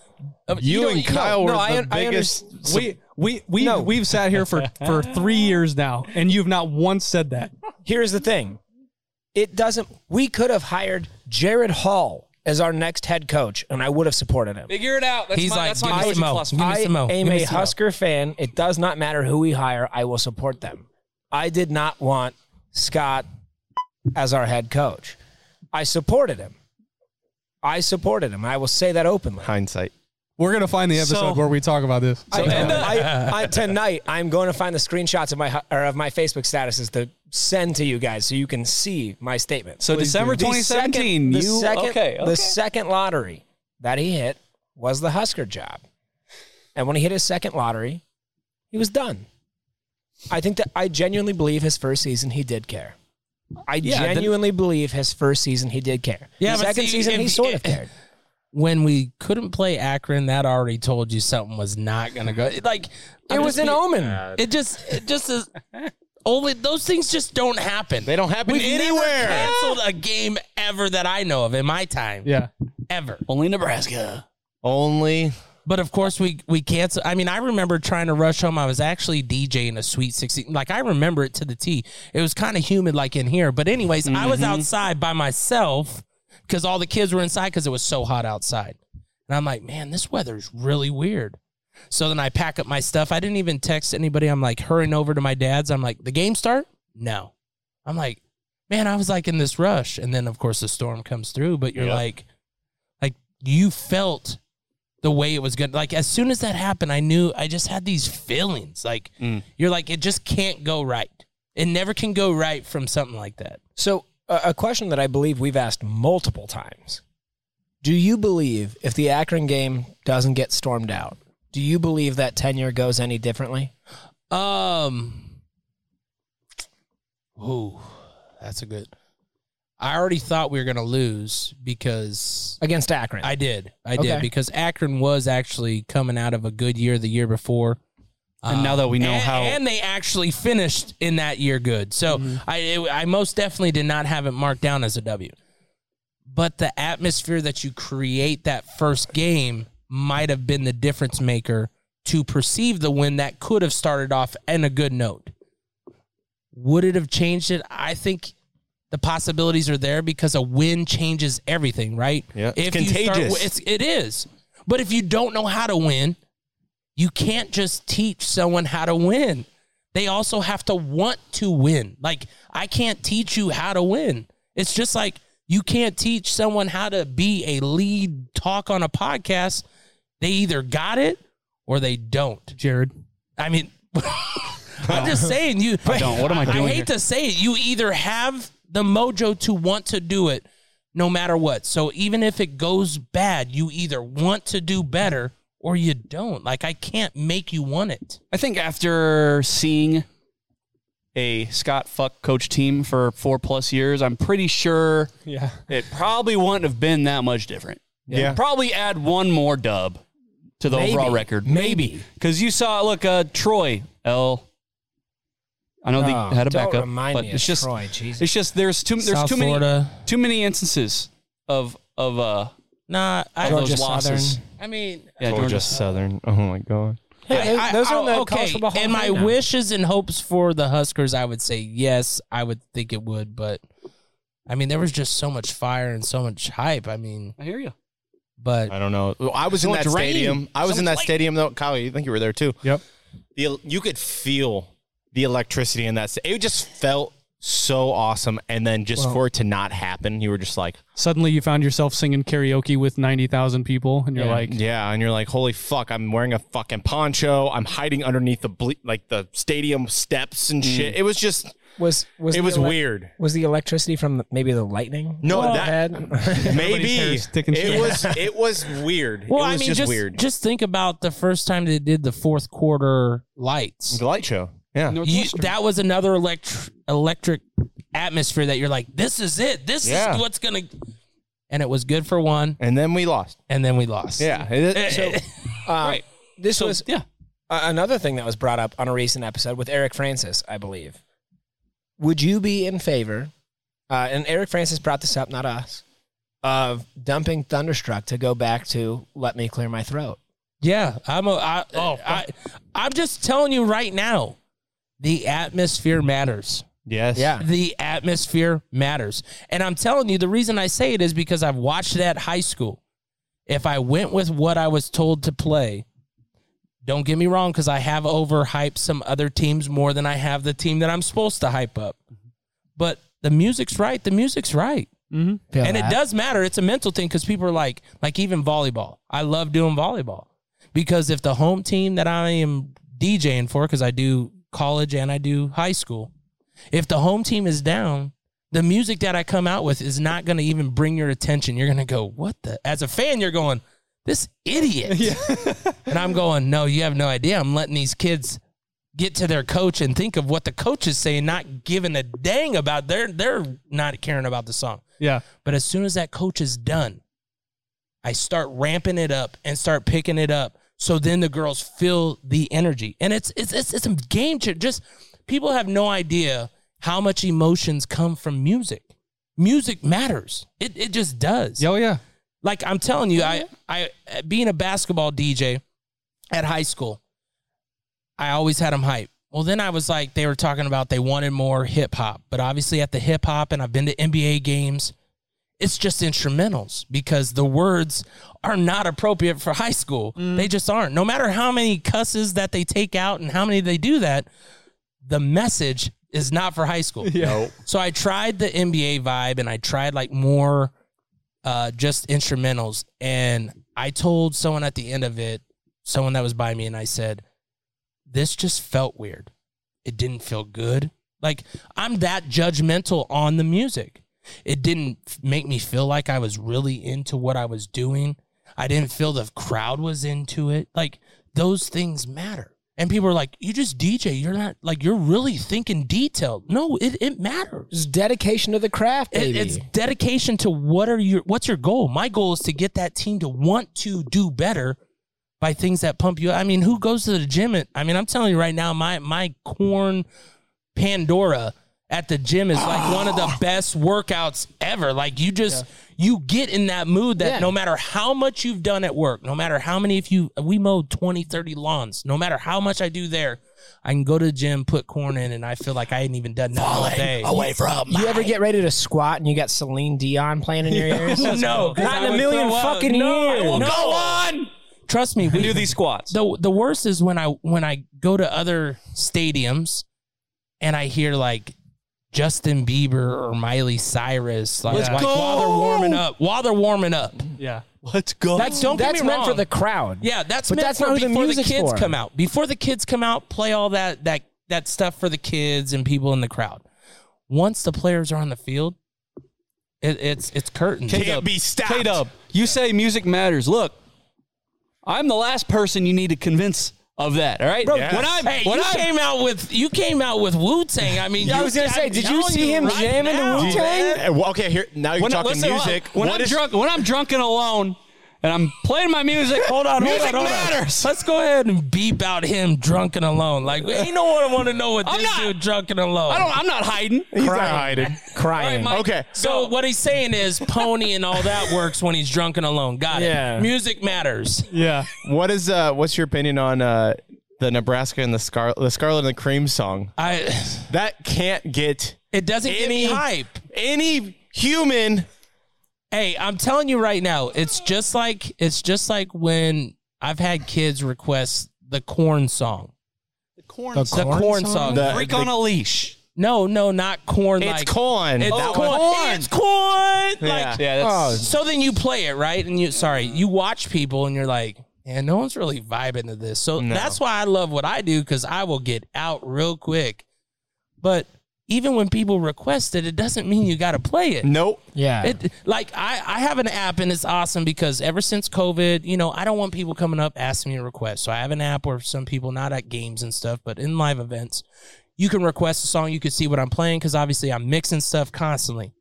S10: uh,
S4: You
S10: don't-
S4: and Kyle were the
S10: I
S4: biggest-
S10: understand.
S9: We we we
S11: No.
S9: we've sat here for for three years now, and you've not once said that.
S11: Here's the thing it doesn't, we could have hired Jared Hall as our next head coach, and I would have supported him.
S8: figure it out. That's
S10: He's
S8: my,
S10: like,
S8: that's
S10: give
S8: my
S10: me some
S8: coaching
S10: mo.
S8: philosophy.
S10: Give me
S11: I
S10: some mo.
S11: am
S10: Give me
S11: a
S10: some mo.
S11: Husker fan. It does not matter who we hire. I will support them. I did not want Scott as our head coach. I supported him. I supported him. I will say that openly.
S4: Hindsight.
S9: We're gonna find the
S11: So-
S9: episode where we talk about this.
S11: I- I- I- tonight, I'm going to find the screenshots of my hu- or of my Facebook statuses to send to you guys so you can see my statement.
S8: So December
S11: The
S8: 2017,
S11: second- the
S8: you-
S11: second,
S8: okay, okay.
S11: the second lottery that he hit was the Husker job, and when he hit his second lottery, he was done. I think that I genuinely believe his first season he did care. I
S10: Yeah, then-
S11: genuinely believe his first season he did care.
S10: Yeah,
S11: The
S10: but
S11: second
S10: see,
S11: season
S10: if-
S11: he sort of cared.
S10: When we couldn't play Akron, that already told you something was not going to go. Like
S11: It was an omen.
S10: It just, it just is. Only those things just don't happen. They
S4: don't happen
S10: We've never
S4: anywhere.
S10: canceled a game ever that I know of in my time.
S9: Yeah.
S10: ever.
S8: Only Nebraska.
S4: Only
S10: But of course, we we canceled. I mean, I remember trying to rush home. I was actually DJing a Sweet 16. Like, I remember it to the T. It was kind of humid, like in here. But, anyways, I was
S8: Mhm.
S10: outside by myself because all the kids were inside because it was so hot outside. And I'm like, man, this weather's really weird. So then I pack up my stuff. I didn't even text anybody. I'm like hurrying over to my dad's. I'm like, the game start? No. I'm like, man, I was like in this rush. And then, of course, the storm comes through, but you're
S8: Yeah.
S10: like, like you felt the way it was going. to Like as soon as that happened, I knew I just had these feelings. Like you're like, it just can't go right. It never can go right from something like that.
S11: So, a, a question that I believe we've asked multiple times Do you believe if the Akron game doesn't get stormed out, do you believe that tenure goes any differently?
S10: Um. Ooh, that's a good. I already thought we were gonna lose because
S11: Against Akron.
S10: I did, I did
S11: Okay.
S10: because Akron was actually coming out of a good year the year before.
S8: And now that we know
S10: and,
S8: how- Mm-hmm.
S10: and they actually finished in that year good, so I it, I most definitely did not have it marked down as a W. But the atmosphere that you create that first game might have been the difference maker to perceive the win that could have started off in a good note. Would it have changed it? I think the possibilities are there because a win changes everything, right?
S4: Yeah,
S10: If
S4: it's
S10: You start,
S4: contagious.
S10: it's, it is. But if you don't know how to win, you can't just teach someone how to win. They also have to want to win. Like, I can't teach you how to win. It's just like you can't teach someone how to be a lead talk on a podcast. They either got it or they don't. Jared. I mean, I'm just saying you
S8: I don't. What am I doing
S10: I hate
S8: here?
S10: to say it. You either have the mojo to want to do it no matter what. So even if it goes bad, you either want to do better or you don't. Like I can't make you want it.
S8: I think after seeing a Scott fuck coach team for four plus years, I'm pretty sure
S9: Yeah.
S8: it probably wouldn't have been that much different.
S9: Yeah.
S8: Probably add one more dub to the
S11: Maybe.
S8: overall record. Maybe. Because you saw, look, uh, Troy L. I know
S11: Oh,
S8: they had a
S11: don't
S8: backup,
S11: remind
S8: but
S11: me of
S8: it's just
S11: Troy, Jesus.
S8: it's just there's too there's
S11: South
S8: too
S11: Florida.
S8: many too many instances of of uh
S10: Nah, I-
S8: of those
S10: Georgia
S8: losses.
S10: Southern. I mean-
S8: yeah,
S4: Georgia Southern. Oh my god.
S10: Hey, I-
S11: those are
S10: I-
S11: in the college
S10: okay.
S11: football hall
S10: And
S11: of
S10: my
S11: fame now.
S10: wishes and hopes for the Huskers, I would say yes. I would think it would, but I mean, there was just so much fire and so much hype. I mean,
S8: I hear you.
S10: But
S4: I don't know. Well, I was
S10: So
S4: in
S10: much
S4: that
S10: rain.
S4: stadium. I was
S10: So
S4: in
S10: much
S4: that
S10: light.
S4: stadium though. Kyle, you think you were there too? Yep. The you could feel the electricity in that. sta- It just felt so awesome, and then just
S9: Well-
S4: for it to not happen, you were just like,
S9: Suddenly you found yourself singing karaoke with 90,000 people and you're
S4: yeah.
S9: like,
S4: yeah, and you're like, holy fuck! I'm wearing a fucking poncho. I'm hiding underneath the ble- like the stadium steps and shit. It was just
S11: Was was
S4: It
S11: the
S4: was weird.
S11: Was the electricity from the, maybe the lightning?
S4: no
S11: Well,
S4: that
S11: had-
S4: maybe
S11: Everybody's hair's sticking to
S4: it
S11: it.
S4: was it was weird.
S10: Well,
S4: it was
S10: I mean,
S4: just,
S10: just,
S4: weird.
S10: just think about the first time they did the fourth quarter lights.
S4: The light show. Yeah.
S10: You, that was another electric, electric atmosphere that you're like, this is it. This
S4: Yeah.
S10: is what's going to. And it was good for one.
S4: And then we lost.
S10: And then we lost. Eh,
S4: Yeah.
S11: so, uh, This was yeah. another thing that was brought up on a recent episode with Eric Francis, I believe. Would you be in favor? Uh, and Eric Francis brought this up, not us, of dumping Thunderstruck to go back to "Let Me Clear My Throat."
S10: Yeah, I'm a. I, oh, I, I'm just telling you right now, the atmosphere matters.
S4: Yes.
S11: Yeah.
S10: The atmosphere matters, and I'm telling you, the reason I say it is because I've watched it at high school. If I went with what I was told to play, don't get me wrong, because I have overhyped some other teams more than I have the team that I'm supposed to hype up. But the music's right. The music's right.
S9: Mm-hmm.
S11: Feel
S10: and
S11: that.
S10: it does matter. It's a mental thing because people are like, like even volleyball. I love doing volleyball because if the home team that I am DJing for, because I do college and I do high school, if the home team is down, the music that I come out with is not going to even bring your attention. You're going to go, what the? As a fan, you're going, this idiot. and I'm going, no, you have no idea. I'm letting these kids get to their coach and think of what the coach is saying, not giving a dang about they're they're not caring about the song.
S9: Yeah.
S10: But as soon as that coach is done, I start ramping it up and start picking it up. So then the girls feel the energy, and it's it's it's, it's a game. cha- Just people have no idea how much emotions come from music. Music matters. It it just does.
S9: Oh yeah.
S10: Like I'm telling you, I I being a basketball DJ at high school, I always had them hype. Well, then I was like, they were talking about they wanted more hip hop, but obviously at the hip hop, and I've been to NBA games, it's just instrumentals because the words are not appropriate for high school. They just aren't. No matter how many cusses that they take out and how many they do that, the message is not for high school.
S9: Yeah. Nope.
S10: So I tried the NBA vibe and I tried like more uh, just instrumentals. And I told someone at the end of it, someone that was by me, and I said, This just felt weird. It didn't feel good. Like I'm that judgmental on the music. It didn't f- make me feel like I was really into what I was doing. I didn't feel the crowd was into it. Like those things matter. And people are like, you just DJ. You're not like, you're really thinking detailed. No, it, it matters.
S11: It's dedication to the craft,
S10: It-
S11: baby.
S10: it's dedication to what are your what's your goal? My goal is to get that team to want to do better by things that pump you. I mean, who goes to the gym? At, I mean, I'm telling you right now, my my corn Pandora at the gym is like one of
S11: Ah.
S10: the best workouts ever. Like you just you get in that mood that
S11: Yeah.
S10: no matter how much you've done at work, no matter how many if you we mowed 20, 30 lawns, no matter how much I do there, I can go to the gym, put corn in, and I feel like I ain't even done nothing all day.
S11: You ever get ready to squat and you got Celine Dion playing in your ears?
S10: no,
S11: not in a million fucking years.
S10: Go on. Trust me, we do
S8: these squats.
S10: The the worst is when I when I go to other stadiums and I hear like Justin Bieber or Miley Cyrus like,
S11: Let's
S10: like,
S11: go.
S10: while they're warming up, while they're warming up.
S9: Yeah.
S8: Let's go.
S10: That's don't
S11: That's
S10: get me
S11: meant
S10: wrong.
S11: for the crowd.
S10: Yeah, that's
S11: But
S10: meant
S11: that's
S10: for
S11: not who the
S10: before the,
S11: music's
S10: kids
S11: for.
S10: come out. Before the kids come out, play all that that that stuff for the kids and people in the crowd. Once the players are on the field, it, it's it's curtains.
S8: K Dub, you say music matters. Look, I'm the last person you need to convince of that. All right,
S10: Bro,
S8: when I'm
S10: hey,
S8: when
S10: you
S8: I'm,
S10: came out with you came out with Wu Tang. I mean,
S8: Yeah, I
S10: you-
S8: was gonna say,
S10: I'm
S8: did you
S10: telling
S8: see him jamming to
S10: now.
S8: Wu-Tang?
S4: Eh, well, okay, here now you're
S8: when,
S4: talking
S8: listen,
S4: music.
S8: When
S4: What
S8: I'm
S4: is-
S8: drunk, when I'm drunk and alone, and I'm playing my music.
S10: Hold on, hold
S8: music
S10: on, hold on.
S8: matters.
S10: Let's go ahead and beep out him drunk and alone. Like, ain't no one want to know what this dude drunk and alone.
S8: I don't. I'm not hiding.
S4: He's not hiding.
S11: Crying.
S10: Mike, So what he's saying is pony and all that works when he's drunk and alone. Got
S4: Yeah.
S10: it. Music matters.
S9: Yeah.
S4: What is uh? What's your opinion on uh the Nebraska and the Scar the Scarlet and the Cream song?
S10: I
S4: that can't get
S10: It doesn't get me hype.
S4: Any human.
S10: Hey, I'm telling you right now, it's just like it's just like when I've had kids request the corn song. The corn the
S8: song?
S10: corn song.
S8: The- Freak the- on a leash.
S10: No, no, not corn.
S8: It's
S10: like,
S8: corn.
S10: It's
S8: Oh,
S10: corn.
S8: corn.
S10: It's corn.
S8: Yeah.
S10: Like,
S8: Yeah,
S4: Oh.
S8: that's-
S10: So then you play it right, and you sorry, you watch people, and you're like, man, no one's really vibing to this. So
S8: No.
S10: that's why I love what I do because I will get out real quick. But even when people request it, it doesn't mean you got to play it.
S4: Nope.
S11: Yeah.
S10: It, like I, I have an app and it's awesome because ever since COVID, you know, I don't want people coming up asking me to request. So I have an app where some people, not at games and stuff, but in live events, you can request a song. You can see what I'm playing because obviously I'm mixing stuff constantly.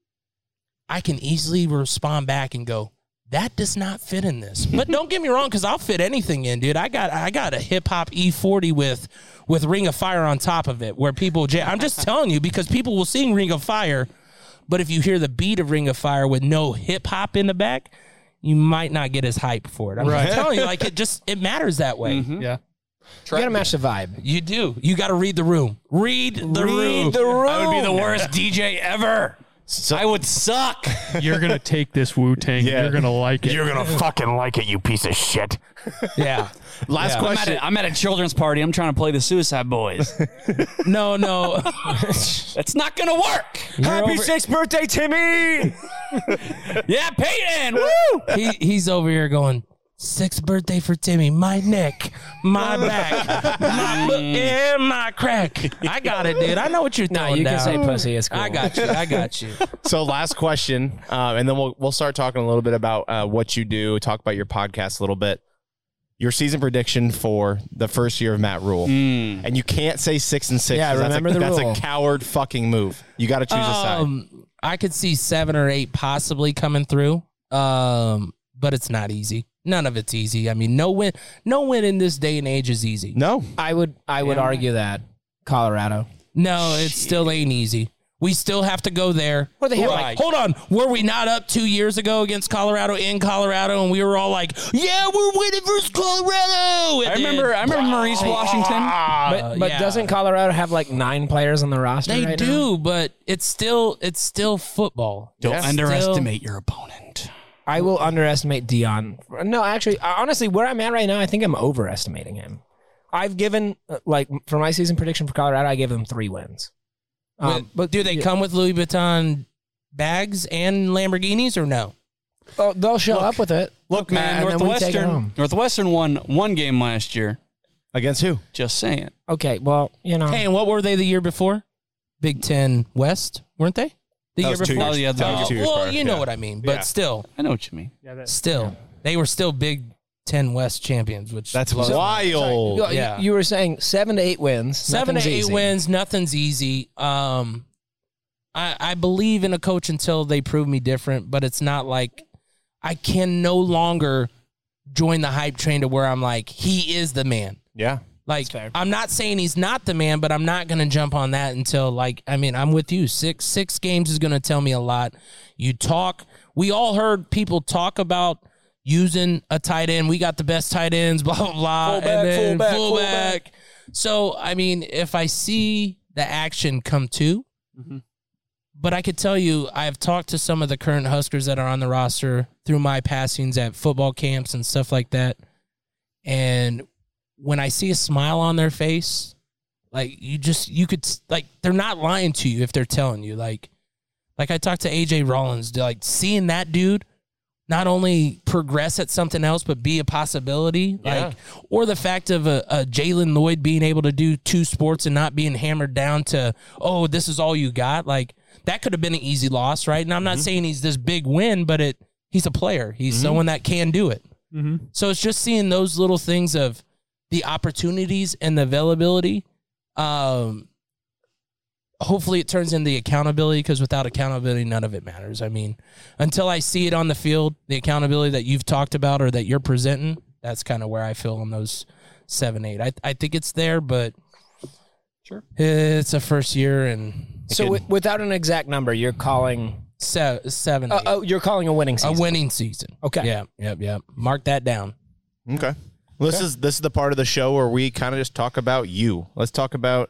S10: I can easily respond back and go, that does not fit in this. But don't get me wrong, because I'll fit anything in, dude. I got I got a hip hop E40 with with Ring of Fire on top of it, where people. jam- I'm just telling you because people will sing Ring of Fire, but if you hear the beat of Ring of Fire with no hip hop in the back, you might not get as hype for it. I'm
S11: Right. Mm-hmm.
S10: just telling you, like it just it matters that way.
S9: Yeah.
S11: You gotta match the vibe.
S10: You do. You got to read the room. Read the
S11: Read
S10: room.
S11: the
S8: I would be the
S11: room.
S8: worst DJ ever. I would suck.
S9: You're gonna take this Wu Tang. You're gonna like it.
S8: You're gonna
S9: fucking like it, you piece of shit.
S10: Yeah.
S8: Last
S10: Yeah.
S8: question. I'm at, a, I'm at a children's party. I'm trying to play the Suicide Boys.
S10: no, no.
S8: That's not gonna work.
S10: Happy
S8: sixth birthday, Timmy. yeah, Peyton. Woo.
S10: He, he's over here going sixth birthday for Timmy. My neck, my back,
S11: Mm.
S10: my bu- and my crack. I got it, dude. I know what you're
S11: No,
S10: throwing
S11: you can
S10: down.
S11: say pussy, it's cool.
S10: I got you. I got you.
S4: so last question, um, and then we'll we'll start talking a little bit about uh, what you do. Talk about your podcast a little bit. Your season prediction for the first year of Matt Rule, and you can't say six and six.
S10: Yeah,
S4: 'cause
S10: remember
S4: that's
S10: the
S4: a, that's
S10: rule.
S4: a coward fucking move. You got to choose
S10: Um, I could see seven or eight possibly coming through, um, but it's not easy. None of it's easy. I mean, no win, no win in this day and age is easy.
S4: No,
S11: I would I would
S10: Yeah.
S11: argue that Colorado.
S10: No, it still ain't easy. We still have to go there.
S11: Well, they have,
S10: Right.
S11: like-
S10: Hold on. Were we not up two years ago against Colorado in Colorado, and we were all like, "Yeah, we're winning versus Colorado."
S8: I remember. I remember Maurice Washington.
S11: But, but doesn't Colorado have like nine players on the roster?
S10: Uh, they
S11: right now?
S10: do? But it's still it's still football.
S8: Don't
S10: It's
S8: underestimate your opponent.
S11: I will underestimate Dion. No, actually, I- honestly, where I'm at right now, I think I'm overestimating him. I've given uh, like for my season prediction for Colorado, I gave them three wins.
S10: Still,
S11: Um,
S10: but do they come with Louis Vuitton bags and Lamborghinis or no?
S11: oh, they'll show up with it.
S8: Look, man,
S11: Uh, and then we take it
S8: Northwestern.
S11: home.
S8: Northwestern won one game last year.
S4: Against who?
S8: Just saying.
S11: Okay, well, you know,
S10: Hey, and what were they the year before? Big Ten West, weren't they?
S8: That
S10: The year
S8: was two
S10: before.
S8: years- that was
S10: Oh,
S8: two years
S10: well,
S8: prior,
S10: you know
S8: yeah.
S10: what I mean. But
S8: Yeah.
S10: still,
S8: I know what you mean.
S10: still, they were still Big Ten West champions, which
S4: That's
S10: blows my mind.
S4: wild.
S11: you,
S10: Yeah.
S11: you were saying seven to eight wins.
S10: Seven to
S11: Nothing's
S10: eight
S11: easy.
S10: wins, nothing's easy. Um, I I believe in a coach until they prove me different, but it's not like I can no longer join the hype train to where I'm like he is the man.
S4: Yeah.
S10: Like I'm not saying he's not the man, but I'm not gonna jump on that until like I mean I'm with you. Six six games is gonna tell me a lot. You talk. We all heard people talk about using a tight end. We got the best tight ends. Blah blah blah.
S11: Fullback,
S10: and then
S11: fullback,
S10: fullback. So I mean, if I see the action come to,
S11: Mm-hmm.
S10: but I could tell you, I've talked to some of the current Huskers that are on the roster through my passings at football camps and stuff like that. And when I see a smile on their face, like you just, you could, like, they're not lying to you if they're telling you. Like, like I talked to AJ Rollins, like seeing that dude not only progress at something else, but be a possibility. Like, or the fact of a, a Jalen Lloyd being able to do two sports and not being hammered down to, oh, this is all you got. Like, that could have been an easy loss, right? And I'm not saying he's this big win, but it he's a player. He's
S2: Mhm.
S10: someone that can do it.
S2: Mm-hmm.
S10: So it's just seeing those little things of the opportunities and the availability. Um, hopefully it turns into accountability because without accountability, none of it matters. I mean, until I see it on the field, the accountability that you've talked about or that you're presenting, that's kind of where I feel on those seven, eight. I, I think it's there, but
S9: sure,
S10: it's a first year and
S11: So wi- without an exact number, you're calling
S10: seven. seven
S11: Uh, oh, you're calling a winning season.
S10: A winning season.
S11: Okay.
S10: Yeah. Yep. Yep. Mark that down.
S4: Okay. Well, this is this is the part of the show where we kind of just talk about you. Let's talk about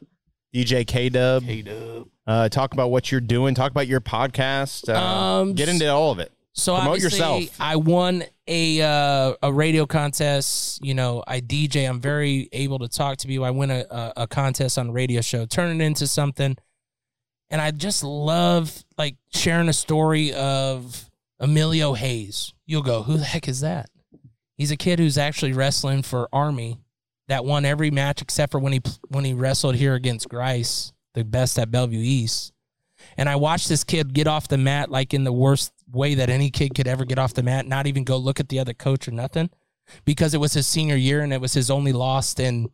S4: DJ K Dub. K Dub. Uh, talk about what you're doing. Talk about your podcast. Uh,
S10: Um,
S4: get into all of it.
S10: So
S4: promote
S10: obviously,
S4: yourself.
S10: I won a uh, a radio contest. You know, I DJ. I'm very able to talk to people. I win a, a, a contest on a radio show, turn it into something. And I just love like sharing a story of Emilio Hayes. You'll go, who the heck is that? He's a kid who's actually wrestling for Army that won every match except for when he when he wrestled here against Grice, the best at Bellevue East. And I watched this kid get off the mat like in the worst way that any kid could ever get off the mat, not even go look at the other coach or nothing because it was his senior year and it was his only loss and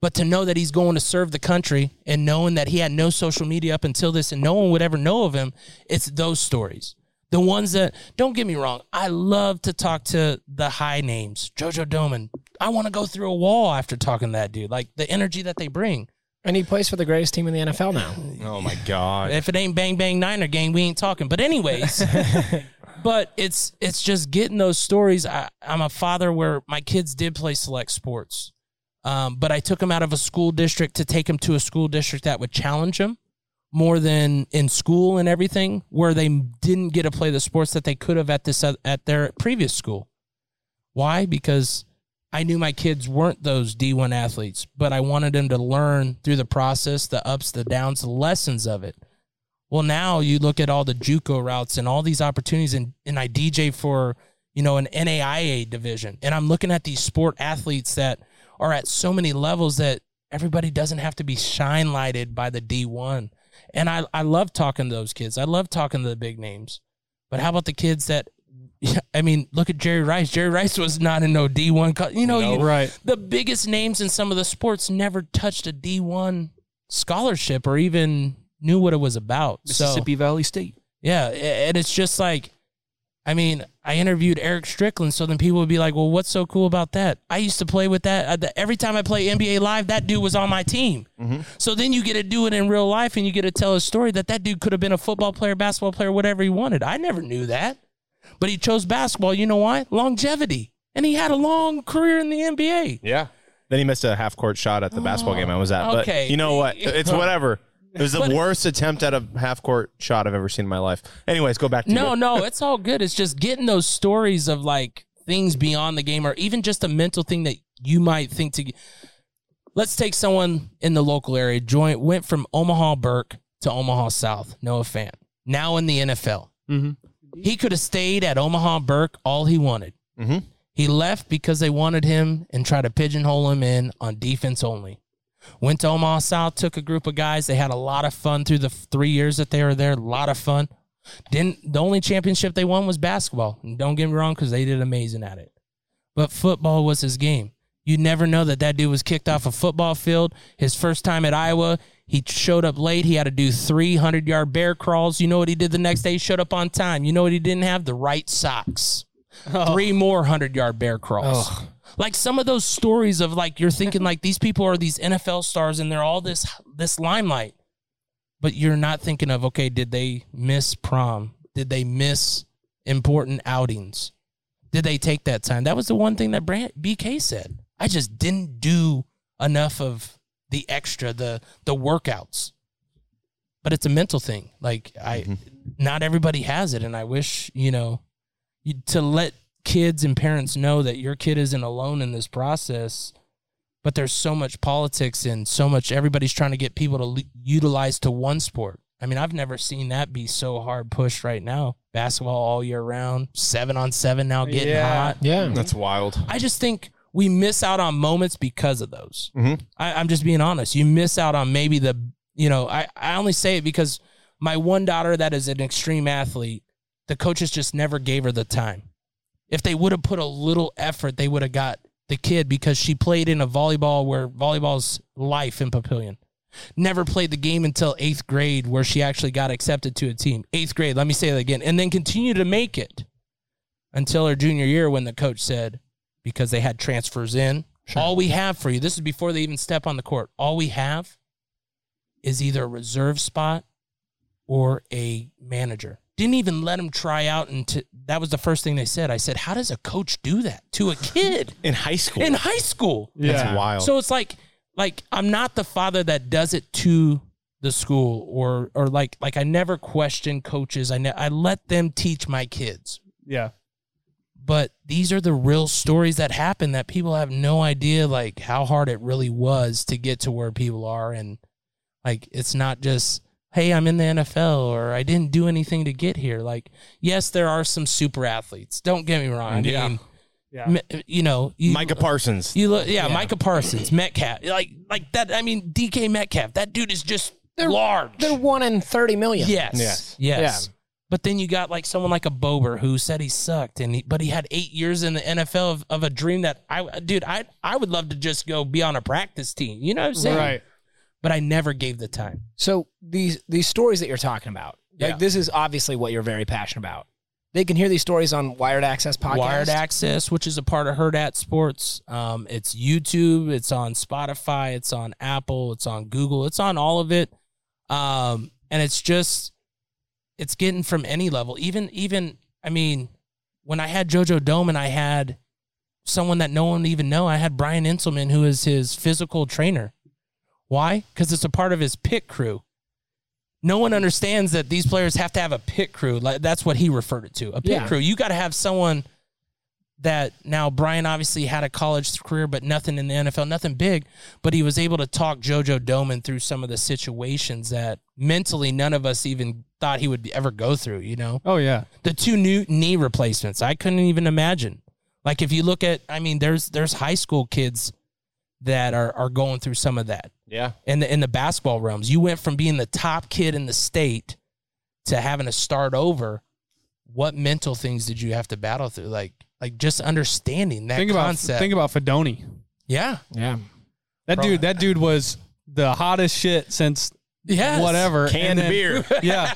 S10: but to know that he's going to serve the country and knowing that he had no social media up until this and no one would ever know of him, it's those stories. The ones that, don't get me wrong, I love to talk to the high names. Jojo Doman, I want to go through a wall after talking to that dude, like the energy that they bring.
S11: And he plays for the greatest team in the NFL now.
S4: Oh my god.
S10: If it ain't Bang Bang Niner game, we ain't talking. But anyways, but it's it's just getting those stories. I, I'm a father where my kids did play select sports, um, but I took them out of a school district to take them to a school district that would challenge them more than in school and everything, where they didn't get to play the sports that they could have at this at their previous school. Why? Because I knew my kids weren't those D1 athletes, but I wanted them to learn through the process, the ups, the downs, the lessons of it. Well, now you look at all the JUCO routes and all these opportunities, and, and I DJ for you know an NAIA division, and I'm looking at these sport athletes that are at so many levels that everybody doesn't have to be shine lighted by the D1. And I I love talking to those kids. I love talking to the big names, but how about the kids that yeah, I mean, look at Jerry Rice. Jerry Rice was not in no D one. Co- you know,
S2: No,
S10: you,
S2: right.
S10: The biggest names in some of the sports never touched a D one scholarship or even knew what it was about.
S8: Mississippi
S10: So,
S8: Valley State.
S10: yeah, a- and it's just like, I mean, I interviewed Eric Strickland, so then people would be like, "Well, what's so cool about that?" I used to play with that. uh, the- Every time I play NBA Live, that dude was on my team. So then you get to do it in real life, and you get to tell a story that that dude could have been a football player, basketball player, whatever he wanted. I never knew that but he chose basketball. You know why? Longevity. And he had a long career in the NBA.
S4: Yeah. Then he missed a half court shot at the basketball game I was at. But
S10: okay.
S4: you know what? It's whatever. It was the
S10: But-
S4: worst attempt at a half court shot I've ever seen in my life. Anyways, go back to
S10: No,
S4: you.
S10: no, it's all good. It's just getting those stories of like things beyond the game or even just a mental thing that you might think to. Let's take someone in the local area. Joint went from Omaha Burke to Omaha South. Noah Fan. Now in the NFL.
S2: Mhm.
S10: He could have stayed at Omaha Burke all he wanted.
S4: Mm-hmm.
S10: He left because they wanted him and tried to pigeonhole him in on defense only. Went to Omaha South, took a group of guys. They had a lot of fun through the three years that they were there. A lot of fun. Didn't the only championship they won was basketball. And don't get me wrong, because they did amazing at it. But football was his game. You never know that that dude was kicked off a football field. His first time at Iowa, he showed up late. He had to do 300 yard bear crawls. You know what he did the next day? He showed up
S11: Oh.
S10: Oh. on time. You know what he didn't have? The right socks. Three more 100 yard bear crawls. Like some of those stories of like you're thinking like these people are these NFL stars and they're all this this limelight, but you're not thinking of okay, did they miss prom? Did they miss important outings? Did they take that time? That was the one thing that Brand- BK said. I just didn't do enough of the extra, the the workouts. But it's a mental thing. Like I, not everybody has it, and I wish you know you, to let kids and parents know that your kid isn't alone in this process but there's so much politics and so much everybody's trying to get people to l- utilize to one sport i mean i've never seen that be so hard pushed right now basketball all year round seven on seven now getting
S4: Yeah.
S10: hot
S4: Yeah. That's wild
S10: i just think we miss out on moments because of those I, i'm just being honest you miss out on maybe the you know I, I only say it because my one daughter that is an extreme athlete the coaches just never gave her the time if they would have put a little effort, they would have got the kid because she played in a volleyball where volleyball's life in Papillion. Never played the game until eighth grade, where she actually got accepted to a team. Eighth grade, let me say that again, and then continue to make it until her junior year when the coach said, because they had transfers in, all we have for you, this is before they even step on the court, all we have is either a reserve spot or a manager. Didn't even let him try out. And t- that was the first thing they said. I said, How does a coach do that to a kid?
S4: in high school.
S10: In high school.
S4: That's Yeah. wild.
S10: So it's like, like I'm not the father that does it to the school or, or like, like I never question coaches. I, ne- I let them teach my kids
S9: Yeah.
S10: but these are the real stories that happen that people have no idea like how hard it really was to get to where people are and like it's not just hey i'm in the nfl or i didn't do anything to get here like yes there are some super athletes don't get me wrong I
S4: Yeah.
S10: mean,
S4: Yeah.
S10: m- you know you,
S4: Micah Parsons.
S10: you look yeah, micah parsons metcalf like like that i mean dk metcalf that dude is just large
S11: They're one in thirty million.
S10: Yes. Yes. But then you got like someone like a Bober who said he sucked, and he, but he had eight years in the NFL of, of a dream that I, dude, I I would love to just go be on a practice team. You know what I'm saying?
S11: Right.
S10: But I never gave the time.
S11: So these these stories that you're talking about,
S10: Yeah.
S11: like this is obviously what you're very passionate about. They can hear these stories on Wired Access podcast.
S10: Wired Access, which is a part of Herd at Sports. Um, it's YouTube, it's on Spotify, it's on Apple, it's on Google, it's on all of it. Um, and it's just it's getting from any level. Even even I mean, when I had JoJo Dome and I had someone that no one even know, I had Brian Inselman, who is his physical trainer. Why? Because it's a part of his pit crew. No one understands that these players have to have a pit crew. Like that's what he referred it to. A pit
S11: Yeah.
S10: crew. You got to have someone that now Brian obviously had a college career, but nothing in the NFL, nothing big. But he was able to talk JoJo Doman through some of the situations that mentally none of us even thought he would ever go through. You know?
S9: Oh yeah.
S10: The two new knee replacements, I couldn't even imagine. Like if you look at, I mean, there's there's high school kids that are are going through some of that
S4: Yeah.
S10: in the in the basketball realms. You went from being the top kid in the state to having to start over. What mental things did you have to battle through? Like like just understanding that
S9: think about
S10: concept.
S9: think about Fedoni.
S10: yeah.
S11: Yeah.
S9: That
S10: Bro.
S9: dude. That dude was the hottest shit since.
S10: Yes.
S9: Whatever. And
S10: Canned
S9: then-
S10: beer.
S9: Yeah.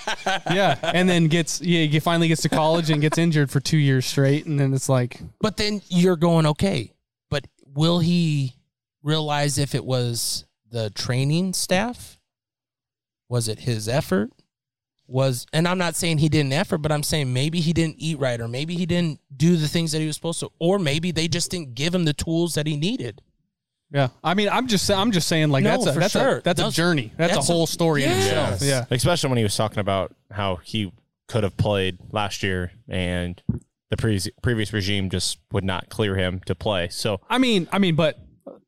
S9: Yeah. And then gets, yeah, he finally gets to college and gets injured for two years straight. And then it's like,
S10: But then you're going, okay, but will he realize if it was the training staff? Was it his effort? Was and I'm not saying he didn't effort, but I'm saying maybe he didn't eat right, or maybe he didn't do the things that he was supposed to, or maybe they just didn't give him the tools that he needed.
S9: yeah. I mean, I'm just, I'm just saying, like,
S10: No,
S9: that's a,
S10: for
S9: that's
S10: sure.
S9: a, that's a
S10: That's-
S9: journey. That's,
S10: that's
S9: a
S10: a-
S9: whole story in
S10: Yeah.
S9: itself.
S10: Yes.
S9: Yeah.
S4: Especially when he was talking about how he could have played last year and the pre- previous regime just would not clear him to play. So
S9: I mean, I mean, but